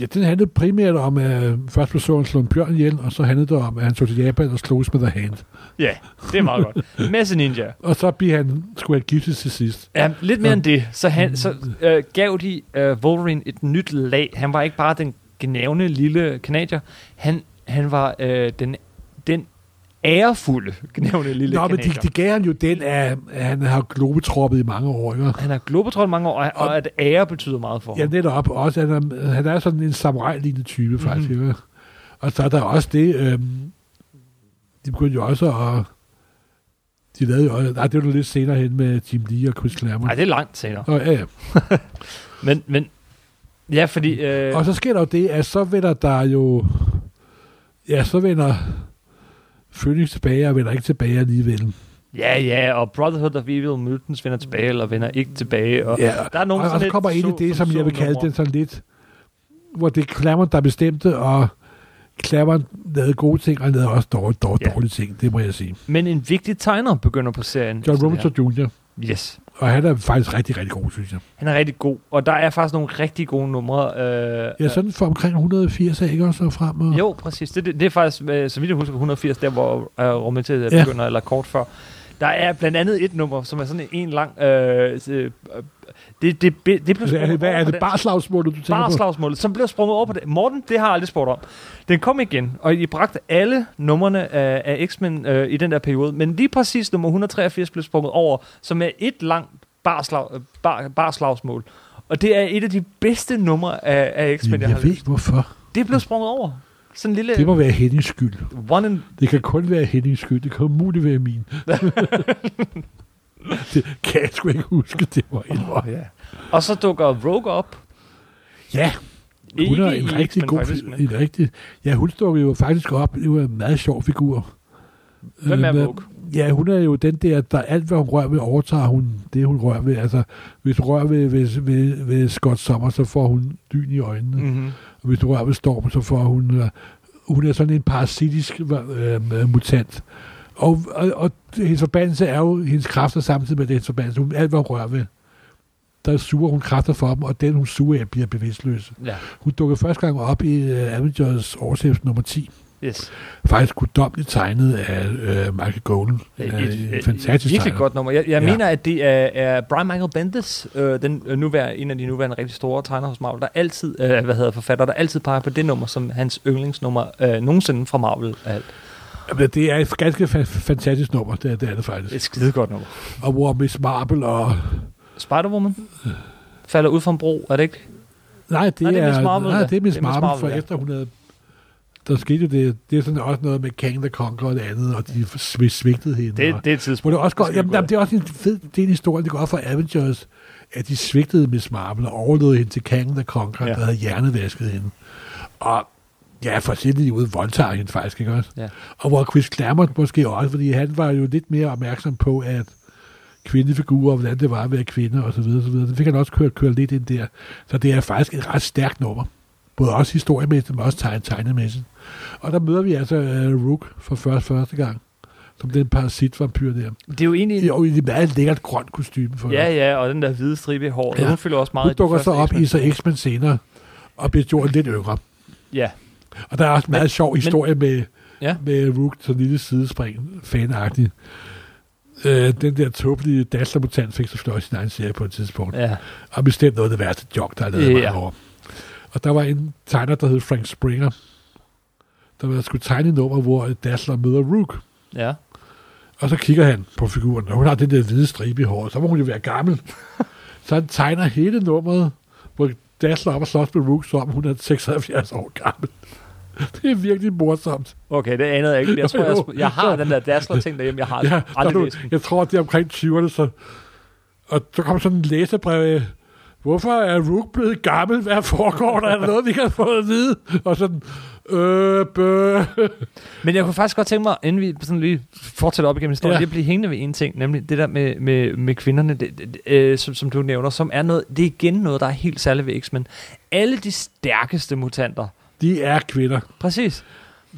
ja, den handlede primært om, at først forsøgte han slå en bjørn ihjel, og så handlede det om, at han tog til Japan og slogs med The Hand. Ja, det er meget godt. Masse Ninja. Og så blev han, skulle han giftes til sidst. Ja, lidt mere Ja. end det. Så, han, så øh, gav de øh, Wolverine et nyt lag. Han var ikke bare den gnævne lille kanadier. Han, han var øh, den, den ærefulde gnævne lille Nå, men kanadier. det de gav han jo den, at, at han har globetroppet i mange år, ikke? Han har globetrollet mange år, og, og Og- at ære betyder meget for Ja, ham. netop. Også, han, er, han er sådan en samurai-lignende type, faktisk. Mm-hmm. Og så er der også det, øhm, de begyndte jo også at... De lavede jo... Nej, det var lidt senere hen med Jim Lee og Chris Claremont. Nej, det er langt senere. Og, ja, ja. Men, men ja, fordi... Øh, og så sker der jo det, at så vender der jo... Ja, så vender Phoenix tilbage og vender ikke tilbage alligevel. Ja, ja, og Brotherhood of Evil Mutants vender tilbage, eller vender ikke tilbage. Og Ja, der er nogen og, og sådan så lidt kommer ind i så- det, som så- jeg vil kalde numre. den sådan lidt hvor det er Claremont, der bestemte, og Claremont lavede gode ting, og han lavede også dårlige, dårlige, Ja. dårlige ting, det må jeg sige. Men en vigtig tegner begynder på serien. John efter det her. Robinson Jr., Yes. og han er faktisk rigtig, rigtig god, synes jeg. Han er rigtig god, og der er faktisk nogle rigtig gode numre. Øh, Ja, sådan for omkring 180, er ikke også og frem? Og... øh, Jo, præcis. Det, det, det er faktisk, øh, som vi husker, 180, der hvor øh, rummet til Ja. begynder, eller kort før. Der er blandt andet et nummer, som er sådan en lang... Øh, øh, det, det, det, det blev Altså, er det, hvad over er på det den- barslagsmålet, du tænker på? barslagsmålet, som blev sprunget over på det. Morten, det har jeg aldrig spurgt om. Den kom igen, og I bragte alle numrene af, af X-Men øh, i den der periode, men lige præcis nummer 183 blev sprunget over, som er et langt barslag, øh, bar, barslagsmål. Og det er et af de bedste numre af, af X-Men, Jamen, jeg, jeg har jeg ved ikke, hvorfor. Det blev sprunget over. Sådan en lille Det må være Hennings skyld. one and... Det kan kun være Hennings skyld. Det kan umuligt være min. det kan jeg sgu ikke huske. Det var en Oh, ja. Og så dukker Rogue op. Ja, hun er en i rigtig X-Men, god faktisk, faktisk, men- en rigtig, Ja, hun dukker jo faktisk op. Det var en meget sjov figur. Hvem Øh, er men- Rogue? Ja, hun er jo den der, der alt, hvad hun rører ved, overtager hun det, hun rører ved. Altså, hvis hun rører ved, ved, ved, ved Scott Sommer, så får hun dyn i øjnene. Mm-hmm. Og hvis du rører ved Storm, så får hun... Øh, hun er sådan en parasitisk øh, øh, mutant. Og, og, og hendes forbandelse er jo hendes kræfter samtidig med det, hendes forbandelse. Hun, alt, hvad hun rører ved, der suger hun kræfter for dem, og den, hun suger af, bliver bevidstløs. Ja, Hun dukker første gang op i øh, Avengers årshæft nummer 10. yes. Faktisk guddommeligt tegnet af øh, Michael Golden. Øh, en fantastisk Virkelig tegner. godt nummer. Jeg, jeg ja. Ja. mener, at det er, er Brian Michael Bendis, øh, den, øh, nuværende, en af de nuværende rigtig store tegner hos Marvel, der altid, øh, hvad hedder forfatter, der altid peger på det nummer som hans yndlingsnummer øh, nogensinde fra Marvel. Alt. Jamen, det er et ganske fa- fantastisk nummer, det er det, er det faktisk. Et skidegodt nummer. Og hvor Miss Marple og... Spider-Woman falder ud fra en bro, er det ikke? Nej, det, Nej, det er er, Miss Marvel, nej, ja. det er Miss Marvel, for ja. efter hun havde... Der skete jo det, det er sådan også noget med Kang the Conquer og det andet, og de sv- svigtede hende. Det, og, det er et hvor tidspunkt. det også går, skal jamen, gå af. jamen, det er også en fed det er en historie, det går op for Avengers, at de svigtede Miss Marvel og overlod hende til Kang the Conquer, Ja. ja. der havde hjernevasket hende. Og ja, for sindsigt ude voldtager hende faktisk, ikke også? Ja. Og hvor Chris Claremont måske også, fordi han var jo lidt mere opmærksom på, at kvindefigurer, og hvordan det var at være kvinde, og så videre, så videre. Det fik han også kørt, kørt lidt ind der. Så det er faktisk et ret stærkt nummer. Både også historiemæssigt, men også tegn, tegnemæssigt. Og der møder vi altså uh, Rook for første, første gang, som den parasitvampyr der. Det er jo egentlig... Jo, i et meget lækkert grønt kostume for Ja, ja, og den der hvide stribe i håret, ja. Ja. hun fylder også meget Hun i de dukker så første op X-Men. i så X-Men senere, og bliver gjort lidt yngre. Ja, Og der er også en meget sjov historie med, Ja. med Rook, sådan en lille sidespring, fanagtig. Øh, den der tåbelige Dazzler-mutant fik så fløjt sin egen serie på et tidspunkt. Ja. ja. Og bestemt noget af det værste job, der er lavet Ja. yeah. mange år. Og der var en tegner, der hed Frank Springer, der var- skulle tegne et nummer, hvor Dazzler møder Rook. ja. Og så kigger han på figuren, og hun har den der hvide stribe i håret, så må hun jo være gammel. så han tegner hele nummeret, hvor Dazzler op og slås med Rook, som om hun er 76 år gammel. Det er virkelig morsomt. Okay, det anede jeg ikke. Jeg tror, Jo, jeg, jo. sp- jeg har den der Dazzler-ting derhjemme. Jeg har ja, der er aldrig nu- læst den. jeg tror, det er omkring 20'erne, så... Og så kom sådan en læsebrev af, hvorfor er Rook blevet gammel? Hvad foregår der? Er der noget, vi kan få at vide? Og sådan, øh, bøh. Men jeg kunne faktisk godt tænke mig, inden vi sådan lige fortsætter op igennem historien, ja. Ja. lige at blive hængende ved en ting, nemlig det der med, med, med kvinderne, det, det, øh, som, som du nævner, som er noget, det er igen noget, der er helt særligt ved X-Men. Alle de stærkeste mutanter, De er kvinder. præcis,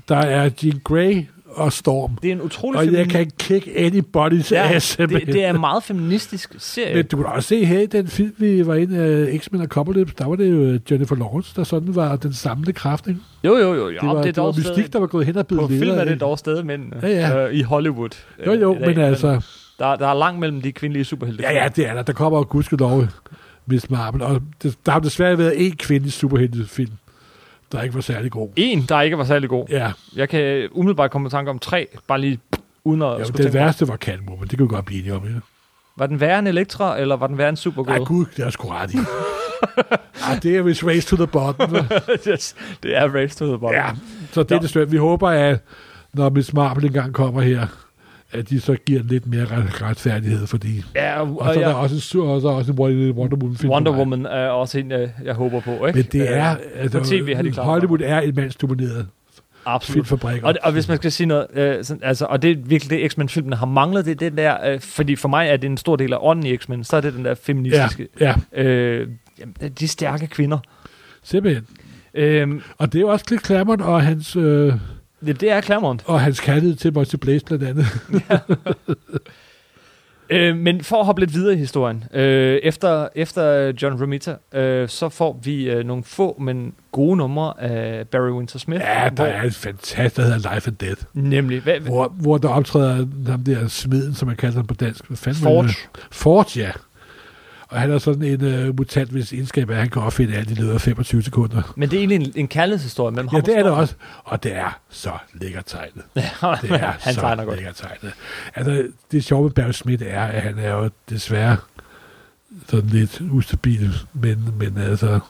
Der er Jean Grey og Storm. det er en utrolig Og jeg femini- kan kick anybody's Ja, ass. det, simpelthen. det er en meget feministisk serie. Men du kan da også se her i den film, vi var inde af X-Men og Copperlips, der var det jo øh, Jennifer Lawrence, der sådan var den samlede kraft. Ikke? Det jo, jo, jo. jo var, det, det var dog mystik, der var gået hen og på blevet film leder er af det dog stadig mænd Ja, ja. øh, i Hollywood. Jo, øh, jo, i dag. men altså... Der, der er langt mellem de kvindelige superhelte. Ja, ja, det er der. Der kommer jo gudskelov Miss Marvel. Og det, der har desværre været én kvindelig superheltefilm, der ikke var særlig god. En, der ikke var særlig god. Ja, Jeg kan umiddelbart komme i tanke om tre, bare lige uden at jo, skulle den tænke mig om. værste var Catwoman. Det kan vi godt blive enige om. Ja. Var den værre end Elektra, eller var den værre end Ej, Supergirl? gud, det er sgu ret i. Ej, det er vist race to the bottom. hva'? yes, det er race to the bottom. Ja, så det er Nå. desværre. Vi håber, at når Miss Marvel engang kommer her, at de så giver den lidt mere ret, retfærdighed, fordi... ja og, Og så er der ja, også en sur, og så er der også en Wonder Wonder Woman film. Wonder Woman er også en, øh, jeg, jeg håber på. Ikke? Men det er... Øh, Altså, på tv har de klaret Hollywood er et mandsdomineret Absolut. filmfabrik. Og, og hvis man skal sige noget, øh, sådan, altså, og det er virkelig det, X-Men-filmen har manglet, det er den der, øh, fordi for mig er det en stor del af ånden i X-Men, så er det den der ja, feministiske, ja, ja. øh, jamen, de stærke kvinder. simpelthen. Øhm, Og det er jo også Cliff Claremont og hans, øh, ja, det er Claremont. og hans kærlighed til Monty Blaze blandt andet. Øh, men for at hoppe lidt videre i historien, øh, efter, efter John Romita, øh, så får vi øh, nogle få, men gode numre af Barry Windsor Smith. Ja, der hvor- er et fantastisk, der hedder Life and Death, Nemlig. Hvad, hvad, hvor, hvor der optræder ham der smeden, som man kalder ham på dansk. Hvad fanden var Forge. det? Forge, ja. Og han er sådan en uh, mutant, hvis egenskab er, at han kan opfinde alt i løbet af 25 sekunder. men det er egentlig en, en kærlighedshistorie mellem Ja, ham og det er det Storm. også. Og det er så lækkert tegnet. Det er Han så tegner godt. lækkert tegnet. Altså, det sjove med Barry Smith er, at han er jo desværre sådan lidt ustabil, men, men altså,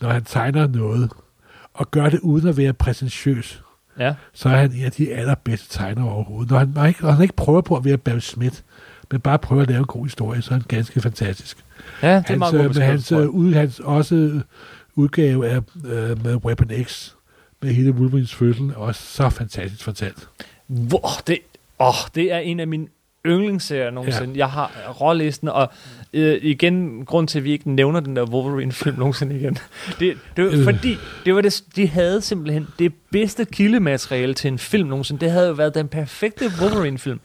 når han tegner noget, og gør det uden at være præsentiøs, Ja. så er han en af de allerbedste tegnere overhovedet. Når han, når han, ikke, når han ikke prøver på at være Barry Smith, men bare prøver at lave en god historie, så er han ganske fantastisk. ja, det er Hans, meget godt øh, med hans, øh, beskrevet. ud, hans også øh, udgave af øh, med Weapon X, med hele Wolverines fødsel, er også så fantastisk fortalt. Hvor, det, åh, det er en af mine yndlingsserier nogensinde. Ja. Jeg har rollisten, og øh, igen, grund til, at vi ikke nævner den der Wolverine-film nogensinde igen. Det, det var, Øh. fordi det var det, de havde simpelthen det bedste kildemateriale til en film nogensinde. Det havde jo været den perfekte Wolverine-film.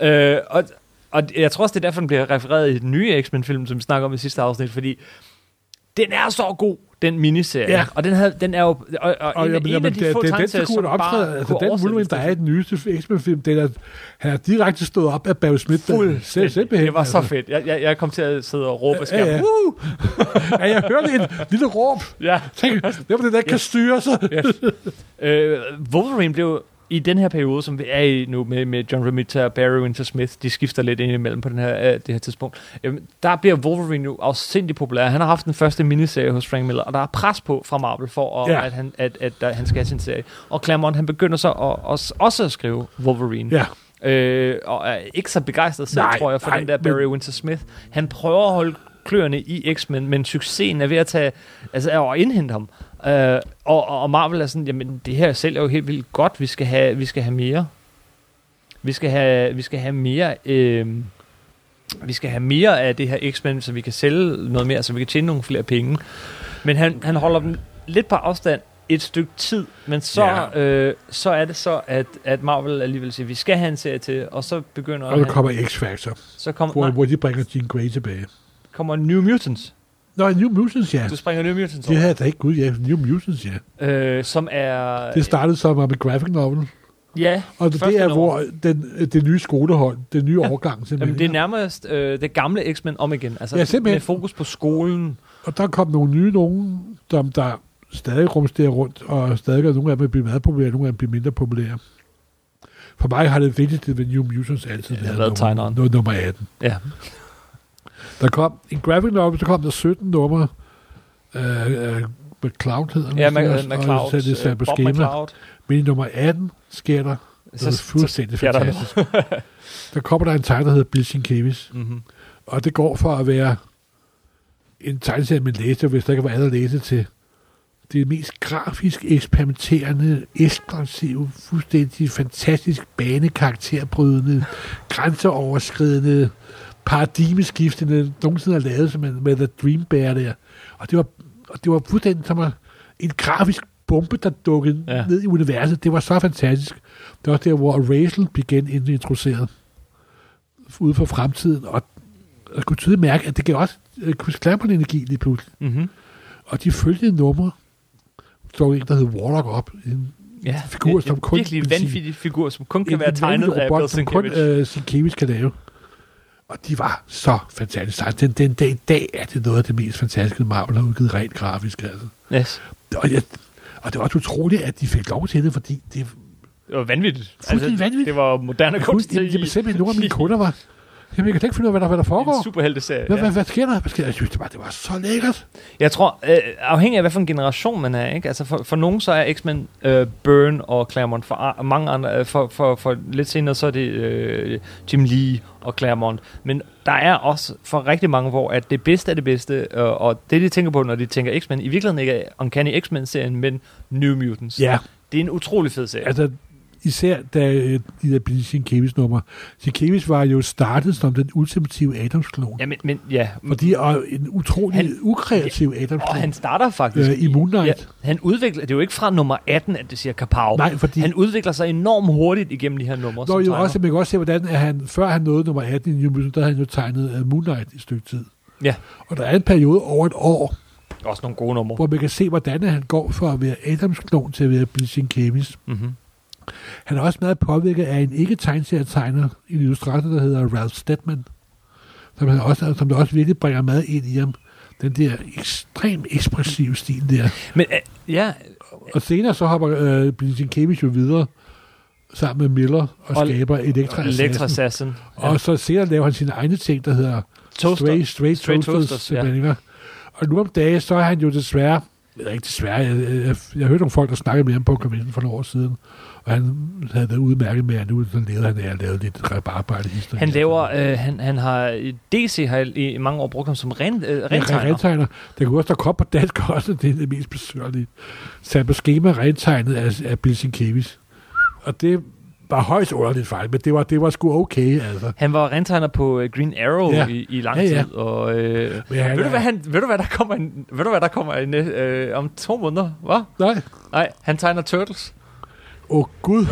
Øh, og, og jeg tror også, det er derfor, den bliver refereret i den nye X-Men-film, som vi snakker om i sidste afsnit, fordi den er så god, den miniserie. Ja. Ja. Og den, havde, den er jo... Og, og, Og en, jeg en mener, af det, de det, få det er den tegneserier, figur, der som bare optræder. Altså, kunne den oversættes Wolverine, der er i den nyeste X-Men-film, det er, han er direkte stået op af Barry Smith. Fuldstændig. Simpelthen, det var så altså. fedt. Jeg, jeg, jeg kom til at sidde og råbe og skærme. Ja, ja. Woo! ja, jeg hørte et lille råb. ja. Tænk, det var det, der ikke kan styre sig. Øh, Wolverine blev i den her periode, som vi er i nu med, med John Romita og Barry Windsor Smith, de skifter lidt ind imellem på den her, øh, det her tidspunkt, Jamen, der bliver Wolverine nu afsindig populær. Han har haft den første miniserie hos Frank Miller, og der er pres på fra Marvel for, at, Ja. ja. at, han, at, at, at han skal have sin serie. Og Claremont, han begynder så at, også, også at skrive Wolverine. Ja, Øh, og er ikke så begejstret selv, Nej, nej, tror jeg, for nej, den der men- Barry Windsor Smith. Han prøver at holde kløerne i X-Men, men succesen er ved at tage, altså er at indhente ham. Øh, og, og, og Marvel er sådan, jamen det her sælger jo helt vildt godt, vi skal have, vi skal have mere. Vi skal have, vi skal have mere, øh, vi skal have mere af det her X-Men, så vi kan sælge noget mere, så vi kan tjene nogle flere penge. Men han, han holder dem lidt på afstand et stykke tid, men så, Ja. ja. øh, så er det så, at, at Marvel alligevel siger, vi skal have en serie til, og så begynder og der han, kommer X-Factor, så kommer, hvor, nej, hvor de bringer Jean Grey tilbage. kommer New Mutants. Nå, New Mutants, ja. Du springer New Mutants Det over, her er da ikke gud, ja. New Mutants, ja. øh, som er... Det startede som en graphic novel. ja, Og det, første det er, nummer. hvor den, øh, det nye skolehold, den nye ja. årgang Jamen, simpelthen. det er nærmest øh, det gamle X-Men om igen. Altså, Ja, simpelthen. Med fokus på skolen. Og der kom nogle nye nogen, som der stadig rumsterer rundt, og stadig er nogle af dem bliver meget populære, nogle af dem bliver mindre populære. For mig har det vigtigste ved New Mutants altid Ja, det har været tegneren. nummer, nummer 18. Ja. Der kom en graphic novel, så kom der 17 numre. Øh, øh, McCloud hedder den, Ja, måske også, Ma- og McCloud. så er det sat øh, på Bob skema. McCloud. Men i nummer 18 sker der Så, noget så, fuldstændig sker der noget. fantastisk. der kommer der en tegner, der hedder Bill Sienkiewicz, mm-hmm. og det går for at være en tegneserie, man læser, hvis der ikke var andet at læse til. Det er mest grafisk eksperimenterende, ekspansive, fuldstændig fantastisk banekarakterbrydende, grænseoverskridende, paradigmeskiftende, nogensinde har lavet som man- med The Dream Bear der. Og det var, og det var fuldstændig som at- en grafisk bombe, der dukkede ja. Ja. ned i universet. Det var så fantastisk. Det var også der, hvor Rachel blev genintroduceret ude for fremtiden, og jeg kunne tydeligt mærke, at det gav også øh, Chris Claremont energi lige pludselig. Mm-hmm. Og de følgende numre, så en, der hed Warlock op. En, Ja, Figur, som kun virkelig vil sige- vanvittig figur, som kun kan en være tegnet vanvittig af Bill robot, som kun Sienkiewicz. øh, Sienkiewicz kan lave. Og de var så fantastisk sejt. Den, den dag i dag er det noget af det mest fantastiske, Marvel har udgivet rent grafisk. Altså. Yes. Og, jeg, og det var også utroligt, at de fik lov til det, fordi det, Det var vanvittigt. Fuldstændig vanvittigt. Det var moderne kunst Kunst, til jamen, jamen, simpelthen nogle af mine kunder var... Jamen, jeg kan slet ikke finde ud af, hvad der, hvad der foregår. en superhelteserie. Hvad, hvad, Ja. hvad, sker der? Hvad sker der? Jeg synes det bare, det var så lækkert. Jeg tror, øh, afhængig af, hvad for en generation man er, ikke? Altså for, for nogen så er X-Men øh, Byrne og Claremont, for a- mange andre, øh, for, for, for lidt senere så er det øh, Jim Lee og Claremont. Men der er også for rigtig mange, hvor at det bedste er det bedste, øh, og det de tænker på, når de tænker X-Men, i virkeligheden ikke er Uncanny X-Men-serien, men New Mutants. Ja, Det er en utrolig fed serie. altså, Især da øh, de der Billie Sienkiewicz nummer. Sienkiewicz var jo startet som den ultimative Adamsklon. Ja, men, men ja. Fordi og en utrolig Han- han, ukreativ Adamsklon. Og han starter faktisk. Øh, i Moon Knight. han udvikler, det er jo ikke fra nummer 18, at det siger Kapow. Nej, fordi Han han, udvikler sig enormt hurtigt igennem de her numre. Nå, som jo tegner. også, man kan også se, hvordan at han, før han nåede nummer 18 i New Mutant, der havde han jo tegnet uh, Moon Knight i et stykke tid. Ja. Og der er en periode over et år, også nogle gode numre. hvor man kan se, hvordan at han går fra at være Adams klon til at være Bill Sienkiewicz. Mm-hmm. Han er også meget påvirket af en ikke tegneserietegner, en illustrator, der hedder Ralph Steadman, som, han også, som der også virkelig bringer meget ind i ham. Den der ekstrem ekspressive stil der. Men øh, ja, Og senere så hopper øh, Bill Sienkiewicz jo videre sammen med Miller og, Og- og skaber Elektra Elektra Assassin. Assassin. Og så senere laver han sine egne ting, der hedder Toaster. Stray, Stray Stray, Stray Toasters. Toasters, Toasters ja. ja. Og nu om dagen, så er han jo desværre, eller ikke desværre, jeg, jeg, jeg, jeg hørte nogle folk, der snakkede med ham på konventionen for nogle år siden, og han havde været udmærket med, at nu så leder han af at lave lidt rabarbarde historie. Han laver, øh, han, han har, DC har i, i mange år brugt ham som ren, øh, rentegner. rentegner. rentegner. Det kunne også, der kom på dansk også, det er det mest besørgelige. Sat på skema rentegnet af, af Bill Sienkiewicz. Og det var højst underligt fejl, men det var, det var sgu okay, altså. Han var rentegner på øh, Green Arrow ja. Ja. i, i lang Ja, ja. tid. Og, øh, Men han ved, du, er- hvad han, ved du, hvad der kommer, en, ved du, hvad der kommer en, øh, om to måneder? Hvad? Nej. Nej, han tegner Turtles. Åh, oh, Gud.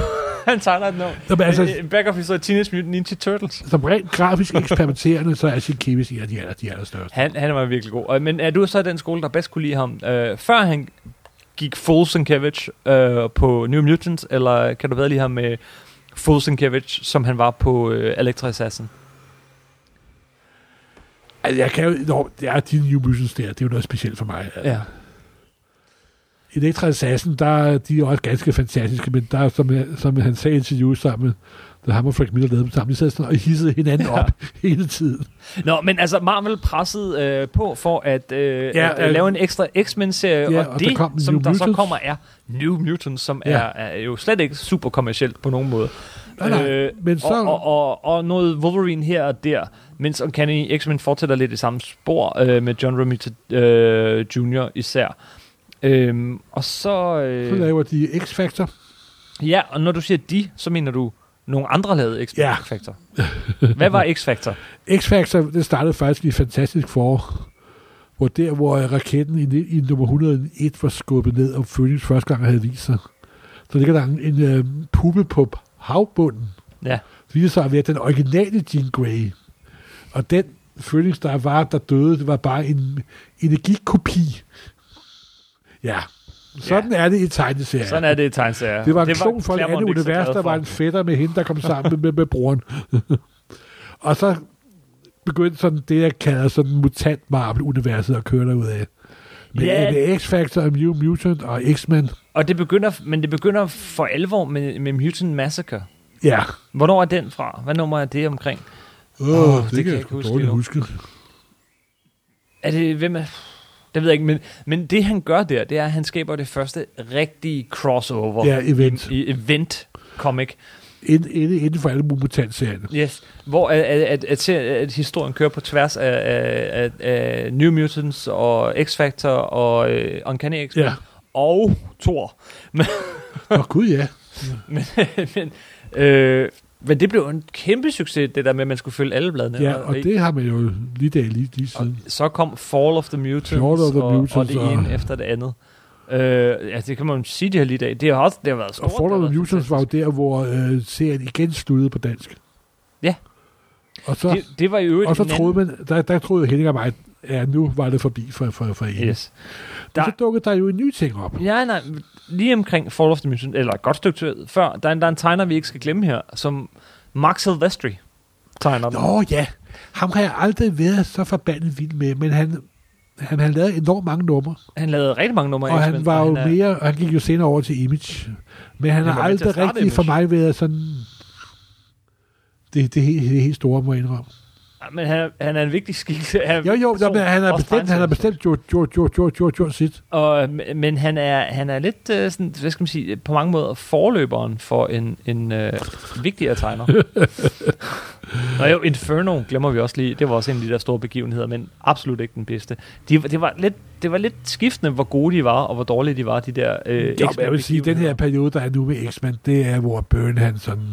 Han tegner et nummer. Nå, men altså, Altså, Backup History Teenage Mutant Ninja Turtles. som rent grafisk eksperimenterende, så er Sienkiewicz en af de, aller, de allerstørste. Han, han var virkelig god. Og- Men er du så i den skole, der bedst kunne lide ham? Øh, før han gik full Sienkiewicz øh, på New Mutants, eller kan du bedre lide ham med full Sienkiewicz, som han var på øh, Elektra Assassin? Altså, jeg kan jo... Nå, det er de New Mutants der, det er jo noget specielt for mig. Ja. Elektra Assassin, der, er- de er også ganske fantastiske, men der, er, som, jeg- som han sagde i interview sammen med, da ham og Frank Miller lavede dem sammen, de sad sådan og hissede hinanden Ja. ja. op hele tiden. Nå, men altså Marvel pressede øh, på for at, øh, ja, Ja, at øh, øh, lave en ekstra X-Men-serie, ja, ja, og, og og det, der kom som New der så Mutants. kommer, er New Mutants, som ja. Ja. er, er jo slet ikke super kommercielt på nogen måde. Øh, Nej, nej, men så- og, og, og, og noget Wolverine her og der, mens Uncanny X-Men fortsætter lidt i samme spor øh, med John Romita øh, Jr. især. Øhm, og så... Øh, Så laver de X-Factor. Ja, og når du siger de, så mener du, nogle andre lavede X-Men Ja. Factor. Hvad var X-Factor? X-Factor, det startede faktisk i Fantastisk Forår, hvor der, hvor øh, raketten i, ni- i nummer 101 var skubbet ned, og Phoenix første gang havde vist sig. Så ligger der en, en øh, puppe på havbunden. Ja. Det viser sig at være den originale Jean Grey. Og den Phoenix, der var, der døde, det var bare en energikopi. Ja, sådan ja. er det i tegneserier. Sådan er det i tegneserier. Det var en det klon fra et Claremont andet ikke så univers, glad der for. var en fætter med hende, der kom sammen med, med, med broren. og så begyndte sådan det, jeg kalder sådan mutant Marvel-universet at køre derud af. Med Ja. yeah. X-Factor, og New Mutant og X-Men. Og det begynder, men det begynder for alvor med, med Mutant Massacre. Ja. Hvornår er den fra? Hvad nummer er det omkring? Åh, Åh, det det kan kan jeg jeg sgu huske dårligt lige nu. huske. Er det, hvem er... Det ved jeg ikke, men, men det han gør der, det er, at han skaber det første rigtige crossover Ja, event. i event comic. Ind, ind, inden for alle mutant-serierne. Yes. Hvor at, at, at, at, se- at historien kører på tværs af, af, af, af New Mutants og X-Factor og øh, Uncanny X-Men Ja. og Thor. Nå, gud ja. Men, men, øh, men det blev en kæmpe succes, det der med, at man skulle følge alle bladene. Ja, og det har man jo lige der lige, lige og siden. så kom Fall of the Mutants, Fall of the og, og Mutants, det og- ene efter det andet. Øh, ja, det kan man sige, de har lige i dag. Det har også det har været Og stort. det Fall har of været the Mutants var jo der, hvor øh, serien igen sluttede på dansk. Ja. Og så, fantastisk. Det, det var jo Og så troede man, der, der troede Henning og mig, ja, nu var det forbi for, for, for hende. Yes. Der... Der- Og så dukkede der jo en ny ting op. Ja, nej, lige omkring Fall of the Mutants, eller et godt stykke tid før, der er, en- der er en tegner, vi ikke skal glemme her, som Mark Silvestri tegner den. Nå ja, ham har jeg aldrig været så forbandet vild med, men han, han har lavet enormt mange numre, Han lavede rigtig mange numre af og X-Men, han var og jo er- mere, og han gik jo senere over til Image, men han Han har var med til at aldrig starte rigtig for Image. mig været sådan, det, det, helt, det helt store, må jeg indrømme. Men han, er- han er en vigtig skikkelse. Han, Jo, jo, person, der, han har også bestemt, han har tegneserie. bestemt gjort, gjort, gjort, gjort, gjort, gjort sit. Og, men- men han er, han er lidt, øh, sådan, hvad skal man sige, på mange måder forløberen for en, en øh, vigtigere tegner. Nå jo, Inferno glemmer vi også lige. Det var også en af de der store begivenheder, men absolut ikke den bedste. De, det, var lidt, det var lidt skiftende, hvor gode de var, og hvor dårlige de var, de der øh, Jo, men jeg vil sige, den her periode, der er nu med X-Men, det er, hvor Byrne han sådan...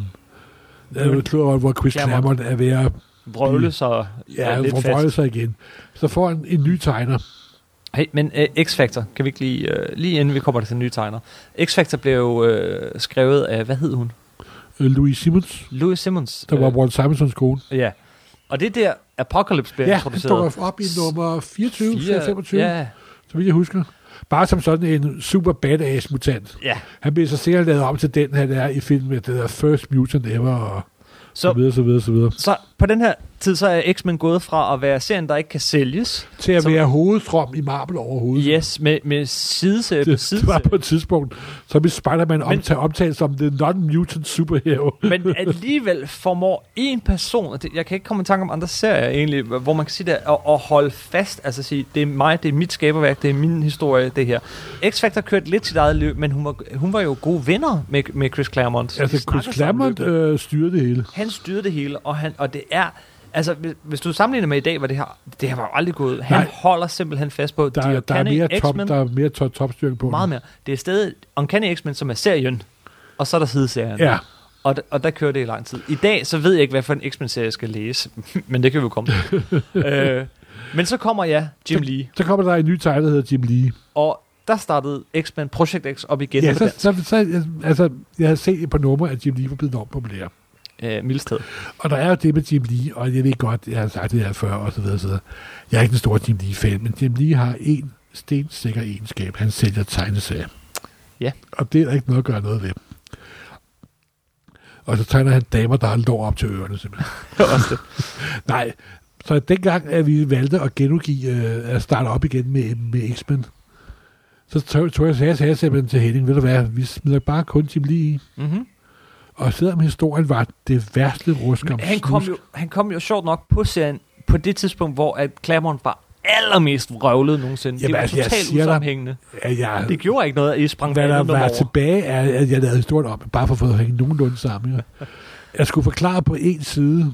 Jeg er jo klar over, hvor Chris Claremont. Claremont er ved at Brøvle sig ja, ja, øh, lidt forbrøjle fast. sig igen. Så får han en ny tegner. Hey, men øh, X-Factor, kan vi ikke lige, øh, lige inden vi kommer til den nye tegner. X-Factor blev jo øh, skrevet af, hvad hed hun? øh, Louis Simmons, Louis Simmons. øh, der var Walt Simonsons kone. Ja. Og det er der, Apocalypse bliver Ja, han introduceret. dukker op i nummer 24, 25, Ja, så vidt jeg husker. Bare som sådan en super badass mutant. ja. Han bliver så sikkert lavet om til den, han er i filmen med, det der First Mutant Ever, og så, så Så, videre, så videre, så videre. så på den her tid, så er X-Men gået fra at være serien, der ikke kan sælges. Til at Så- være hovedstrøm i Marvel overhovedet. Yes, med, med sideserie på Det, det var sideserie. på et tidspunkt, så blev Spider-Man optaget, optaget som The Non-Mutant Superhero. Men alligevel formår en person, og det, jeg kan ikke komme i tanke om andre serier egentlig, hvor man kan sige det, at, at holde fast, altså sige, det er mig, det er mit skaberværk, det er min historie, det her. X-Factor kørte lidt sit eget liv, men hun var, hun var jo gode venner med, med Chris Claremont. Så de altså, snakkede Chris sammen Claremont løbende. øh, styrer det hele. Han styrede det hele, og, han, og det er... Altså, hvis, hvis du sammenligner med i dag, var det her... Det her var jo aldrig gået. Han Nej. holder simpelthen fast på... Der, er- der, er Uncanny mere top, X-Men, der er mere top, topstyring på Meget den. mere. Det er stadig Uncanny X-Men, som er serien, og så er der sideserien. Ja, Og, d- og der kører det i lang tid. I dag, så ved jeg ikke, hvad for en X-Men-serie jeg skal læse, men det kan vi jo komme til. øh, men så kommer jeg, Jim Lee, så kommer der en ny tegner, der hedder Jim Lee. og der startede X-Men Project X op igen. Ja, på så, dansk. så, så, altså, jeg har set et par numre, at Jim Lee var blevet ompopulær. Øh, Milsted. Og der er jo det med Jim Lee, og jeg ved godt, jeg har sagt det her før, og så videre, og så videre. Jeg er ikke den store Jim Lee-fan, men Jim Lee har en stensikker egenskab. Han sælger tegneserier. Ja. Og det er der ikke noget at gøre noget ved. Og så tegner han damer, der har lår op til ørerne, simpelthen. Det var også det. Nej, så dengang, at vi valgte at genudgive, øh, at starte op igen med, med X-Men, så tog, tog jeg, sagde, sagde jeg simpelthen til Henning, ved du hvad, vi smider bare kun Jim Lee i. Mm-hmm. Og selvom historien var det værste rusk om Han kom, snusk- jo, han kom jo sjovt nok på serien på det tidspunkt, hvor at Claremont var allermest vrøvlet nogensinde. Jamen, det var altså, jeg totalt siger dig- usammenhængende. at jeg, Det gjorde ikke noget, at I sprang hvad på der andet nummer var over. tilbage, er, at jeg lavede historien op, bare for at få det hængt nogenlunde sammen. Ja. Jeg skulle forklare på en side,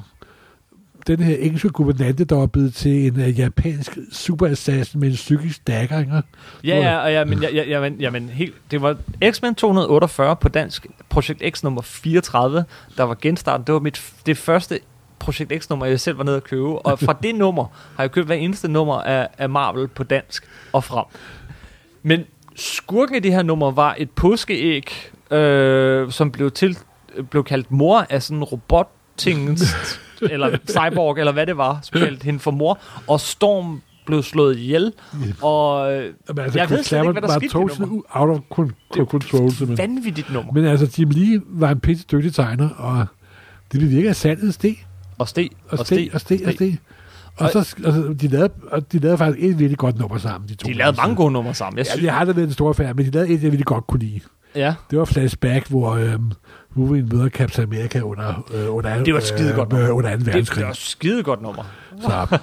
den her engelske guvernante, der var blevet til en øh, japansk superassassin med en psykisk dagger, ikke? Ja, ja, og ja, men, ja, ja, ja, men, ja, men helt, det var X-Men 248 på dansk, Projekt X nummer 34, der var genstarten. Det var mit, f- det første Projekt X-nummer, jeg selv var nede at købe, og fra det nummer har jeg købt hver eneste nummer af, af Marvel på dansk og frem. Men skurken i det her nummer var et påskeæg, øh, som blev, til, øh, blev kaldt mor af sådan en robot eller cyborg, eller hvad det var, som kaldte hende for mor, og Storm blev slået ihjel, og øh, Men altså, Jeg ved slet ikke, hvad der var skete i totally out of con- Det- control, Mm. simpelthen. vanvittigt nummer. Men altså, Jim Lee var en pisse dygtig tegner, og det bevirker, at salget steg, Og steg, og steg, og steg, og steg. Og, Og- så, og så- de, lavede, og de lavede faktisk et virkelig godt nummer sammen, de to. De lavede mange Altså. gode numre sammen. Jeg Ja, synes, jeg har aldrig været en stor fan, men de lavede et, jeg virkelig godt kunne lide. ja. Det var Flashback, hvor øhm, Wolverine møder Captain America under, øh, under, Det var et skidegodt øh, under 2. Det, det verdenskrig. er et skide godt nummer. Så,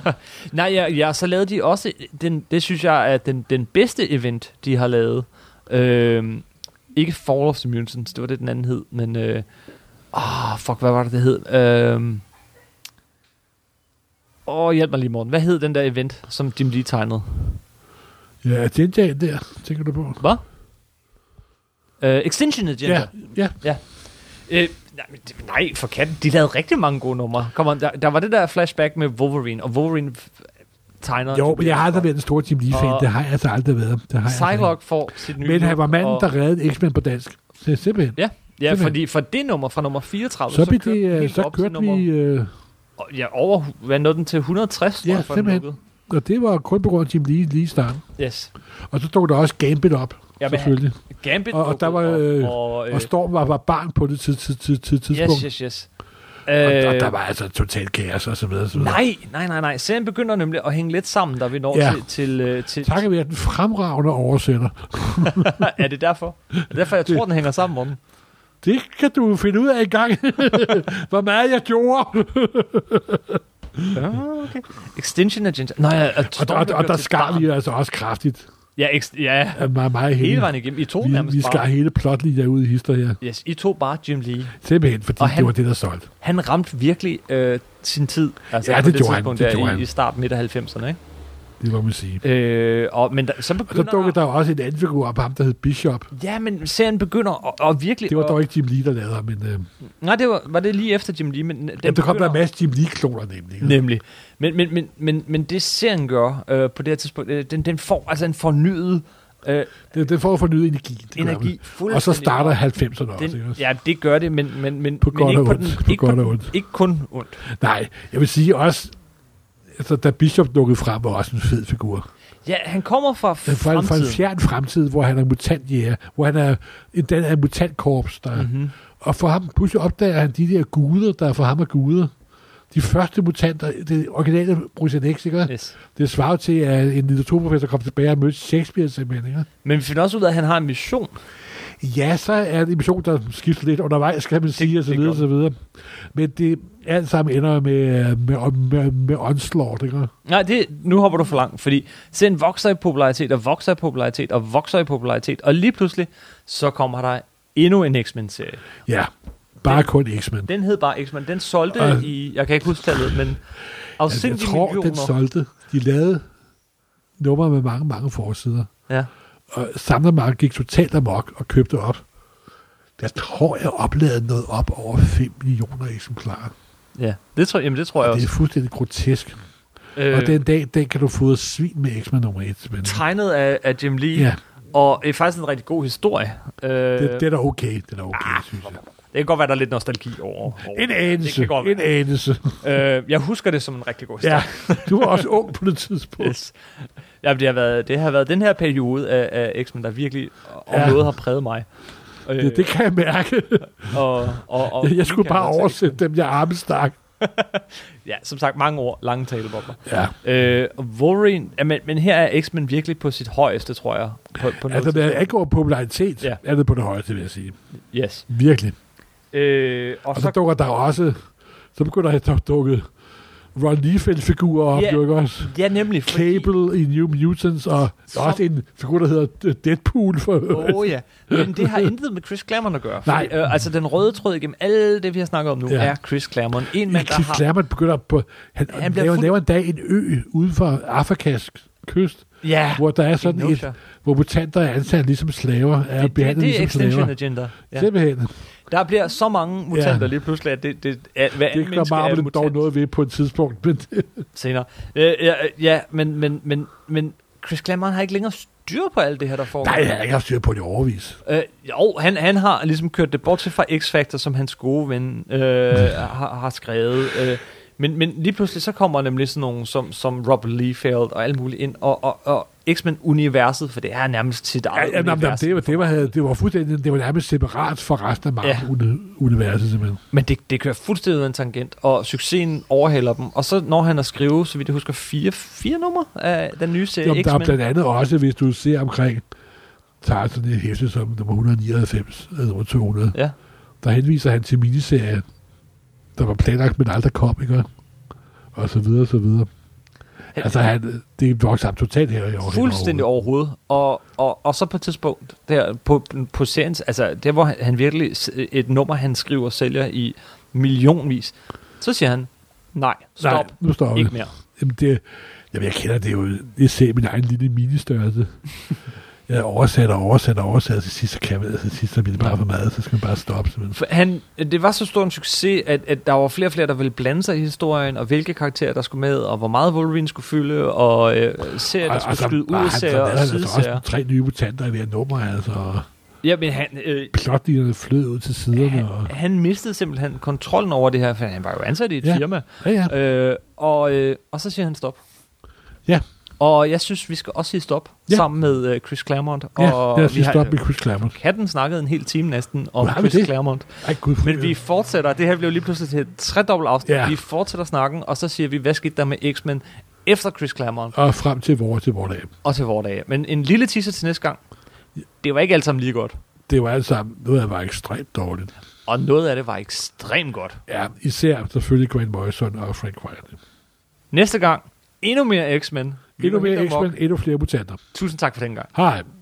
Nej, ja, ja, så lavede de også, den, det synes jeg er den, den bedste event, de har lavet. Øhm, ikke Fall of the Mutants, det var det, den anden hed, men... Øh, oh, fuck, hvad var det, det hed? Øhm, Åh, oh, hjælp mig lige, Morten. Hvad hed den der event, som Jim Lee tegnede? ja, Agendaen der, tænker du på? Hvad? Øh, Extinction Agenda. Ja, ja. Øh, nej, men det- nej, for katten. De lavede rigtig mange gode numre. Kom on, der, der var det der flashback med Wolverine, og Wolverine f- altså tegner... Jo, men jeg har aldrig været en stor Jim Lee-fan. Og- Det har jeg altså aldrig været. Det har jeg altså ikke. Psylocke får sit nye... Men han look, var manden, og- der reddede X-Men på dansk. Så simpelthen. Ja, ja Simpelthen. fordi for det nummer fra nummer 34, Så, så, så, kørte den det, øh, helt så op til kørte nummer, vi, øh, og- Ja, over... Hvad nåede den til? 160, tror Ja, jeg, for den simpelthen. lukkede. og det var kun på grund af Jim Lee lige i starten. Yes. Og så stod der også Gambit op, Ja, ja, men- selvfølgelig. Gambit Og- og der var, lukkede øh, op, og, øh, Og Storm var, var barn på det tid, tid, tid, tid, tidspunkt. Yes, yes, yes. Og, Øh, og, der var altså total kaos og så videre. og Så videre. Nej, nej, nej, nej. Serien begynder nemlig at hænge lidt sammen, da vi når Ja. til... til, øh, til Takker vi af den fremragende oversætter. er det derfor? Er det derfor, jeg tror, den hænger sammen, Morten? Det kan du finde ud af i gang, hvor meget jeg gjorde. Ah, okay. Extinction Agenda. Nej, ja, og, Og, der, og, der- og der skar vi. vi altså også kraftigt. Ja, ex- ja, Ja, meget, meget hele heldigt. vejen igennem. I to Vi, nærmest vi skar bare. hele plotlinjer ud i hister her. Yes, I to bare Jim Lee. Simpelthen, fordi Og det han- var det, der solgte. Han ramte virkelig øh, sin tid. Altså, Ja, på det gjorde han, tidspunkt det der gjorde i, han. I start midt af 90'erne, ikke? Det må man sige. Øh, og, men der, så Og så begynder... dukkede der jo også en anden figur op, ham der hed Bishop. Ja, men serien begynder at, at virkelig... Det var at- dog ikke Jim Lee, der lavede ham, men øh, Nej, det var, var det lige efter Jim Lee, men... Den ja, der kom der begynder- en masse Jim Lee-kloner nemlig. Nemlig. Men, men, men, men, men det serien gør øh, på det her tidspunkt, øh, den, den får altså en fornyet øh, Det, det får fornyet energi. Det gør energi. man. Og så fuldstændig. starter 90'erne også. ikke Den, også? ja, det gør det, men, men, men, På men godt ikke, og på ondt. den, På ikke, godt på og den, ondt. ikke kun ondt. Nej, jeg vil sige også, altså, da Bishop dukkede frem, var også en fed figur. Ja, han kommer fra Men Fra, en- fra en fremtiden. fjern fremtid, hvor han er mutantjæger, hvor han er en del af en mutantkorps. Der, Mhm. mm-hmm. Og for ham, pludselig opdager han de der guder, der er for ham er guder. De første mutanter, det originale Bruce X, ikke? Yes. Det svarer jo til, at en litteraturprofessor kom tilbage og mødte Shakespeare simpelthen, ikke? Men vi finder også ud af, at han har en mission. Ja, så er det en mission, der skifter lidt undervejs, skal man sige, og så det videre, gør og så videre. Men det alt sammen ender med, med, med, med onslaught, ikke? Nej, det, nu hopper du for langt, fordi serien vokser i popularitet, og vokser i popularitet, og vokser i popularitet, og lige pludselig, så kommer der endnu en X-Men-serie. Ja, bare kun X-Men. Den hed bare X-Men. Den solgte Og- i, jeg kan ikke huske tallet, men Altså, jeg afsindige tror, den millioner. solgte. De lavede numre med mange, mange forsider. ja. Og samlermarkedet gik totalt amok og købte op. Jeg tror, jeg opladede noget op over 5 millioner eksemplarer. ja, det tror, jamen, det tror jeg Og det er også. fuldstændig grotesk. Øh, Og den dag, den kan du fodre svin med X-Men nummer 1. Men, Tegnet af, af Jim Lee, ja, og det er faktisk en rigtig god historie. Øh, det, det, det det, er da okay. Det er da okay, synes jeg. kan godt være, der er lidt nostalgi over. over. En Det anelse. kan godt En være. anelse. Øh, jeg husker det som en rigtig god historie. Ja, du var også ung på det tidspunkt. Yes. Yes. Jamen, det, har været, det har været den her periode af, af X-Men, der virkelig om Ja. noget har præget mig. Øh, Det, det kan jeg mærke. og, og, og, Jeg, jeg skulle kan bare godt tage- oversætte dem, jeg armestak. Ja, som sagt, mange ord, lange talebobler. Ja, Øh, Wolverine, ja, men, men her er X-Men virkelig på sit højeste, tror jeg. På, på noget altså, når jeg angår popularitet, Ja. ja. er det på det højeste, vil jeg sige. tidspunkt. Yes. Virkelig. Øh, og, Og så dukker der også, så begynder der at dukke Ron Liefeld-figurer op, Ja. yeah. jo, også? ja, nemlig. fordi- Cable i New Mutants, og der er også en figur, der hedder Deadpool. For, Åh oh, ja, men det har intet med Chris Claremont at gøre. Nej. Fordi, øh, altså den røde tråd igennem alle det, vi har snakket om nu, ja. Ja. er Chris Claremont. En mand, der Cliff har... Claremont begynder på... Han, Han han bliver laver, fuld- laver en dag en ø uden for Afrikas kyst, Ja, hvor der er sådan en et, no-show. hvor mutanter er ansat ligesom slaver, er det, det, behandlet det er ligesom Extinction slaver. Agenda. Ja. Ja. Simpelthen. Der bliver så mange mutanter Ja. lige pludselig, at det, det, at hver Det anden gør menneske er Marvel dog mutant noget ved på et tidspunkt, men det, senere. Øh, ja, øh, ja, men, men, men, men Chris Claremont har ikke længere styr på alt det her, der foregår. nej, jeg har ikke haft styr på det i overvis. Øh, jo, han, han har ligesom kørt det bort til fra X-Factor, som hans gode ven øh, har, har skrevet. Øh. Men, men lige pludselig så kommer nemlig sådan nogen som, som Rob Liefeld og alle mulige ind, og, og, og X-Men-universet, for det er nærmest sit Ja, eget ja, nå, men univers. det, var, det, var, det var fuldstændig, det var nærmest separat fra resten af Marvel-universet, simpelthen. Men det, det kører fuldstændig ud af en tangent, og succesen overhælder dem. Og så når han at skrive, så vidt jeg husker, fire, fire numre af den nye serie Jamen, der er X-Men. blandt andet også, hvis du ser omkring, tager sådan et hæfte som nummer 199, eller nummer 200, Ja. der henviser han til miniserien, der var planlagt, men aldrig kom, ikke? Og så videre, så videre. Altså, han, det vokser ham totalt her i år. Fuldstændig overhovedet. Og, og, og så på et tidspunkt, der på, på seriens, altså der hvor han, han virkelig, s- et nummer han skriver og sælger i millionvis, så siger han, nej, stop, Nej, nej, nu står vi. ikke mere. Jamen, det, jamen, jeg kender det jo. Jeg ser min egen lille ministørrelse. Jeg oversat og oversat og oversat, og til sidst, så kan man, til sidst, så bliver det bare for meget, så skal man bare stoppe. simpelthen. For han, det var så stor en succes, at, at der var flere og flere, der ville blande sig i historien, og hvilke karakterer, der skulle med, og hvor meget Wolverine skulle fylde, og øh, serier, der skulle skyde ud var af han- serier var han og altså sideserier. også tre nye mutanter i hver nummer, altså. og Ja, men han, øh, Plotlinjerne flød ud til siderne. Og, han mistede simpelthen kontrollen over det her, for han var jo ansat i et Ja. firma. ja, ja. Øh, og, øh, og så siger han stop. Ja. Og jeg synes, vi skal også sige stop ja. Ja. sammen med øh, Chris Claremont. ja, og lad os vi lige har stoppe med Chris Claremont. katten snakket en hel time næsten om Hvor har vi Chris det? Claremont. Ej, gud, Men vi fortsætter. Det her blev lige pludselig til et tredobbelt afsnit. Ja. Vi fortsætter snakken, og så siger vi, hvad skete der med X-Men efter Chris Claremont øh, Og frem til vores, til vores dag. og til vores dag. Men en lille teaser til næste gang. Det var ikke alt sammen lige godt. Det var alt sammen noget, der var ekstremt dårligt. Og noget af det var ekstremt godt. Ja, især selvfølgelig Grant Morrison og Frank White. Næste gang, endnu mere X-Men. Vi Endnu går helt mere amok. X-Men, endnu flere mutanter. Tusind tak for den gang. Hej.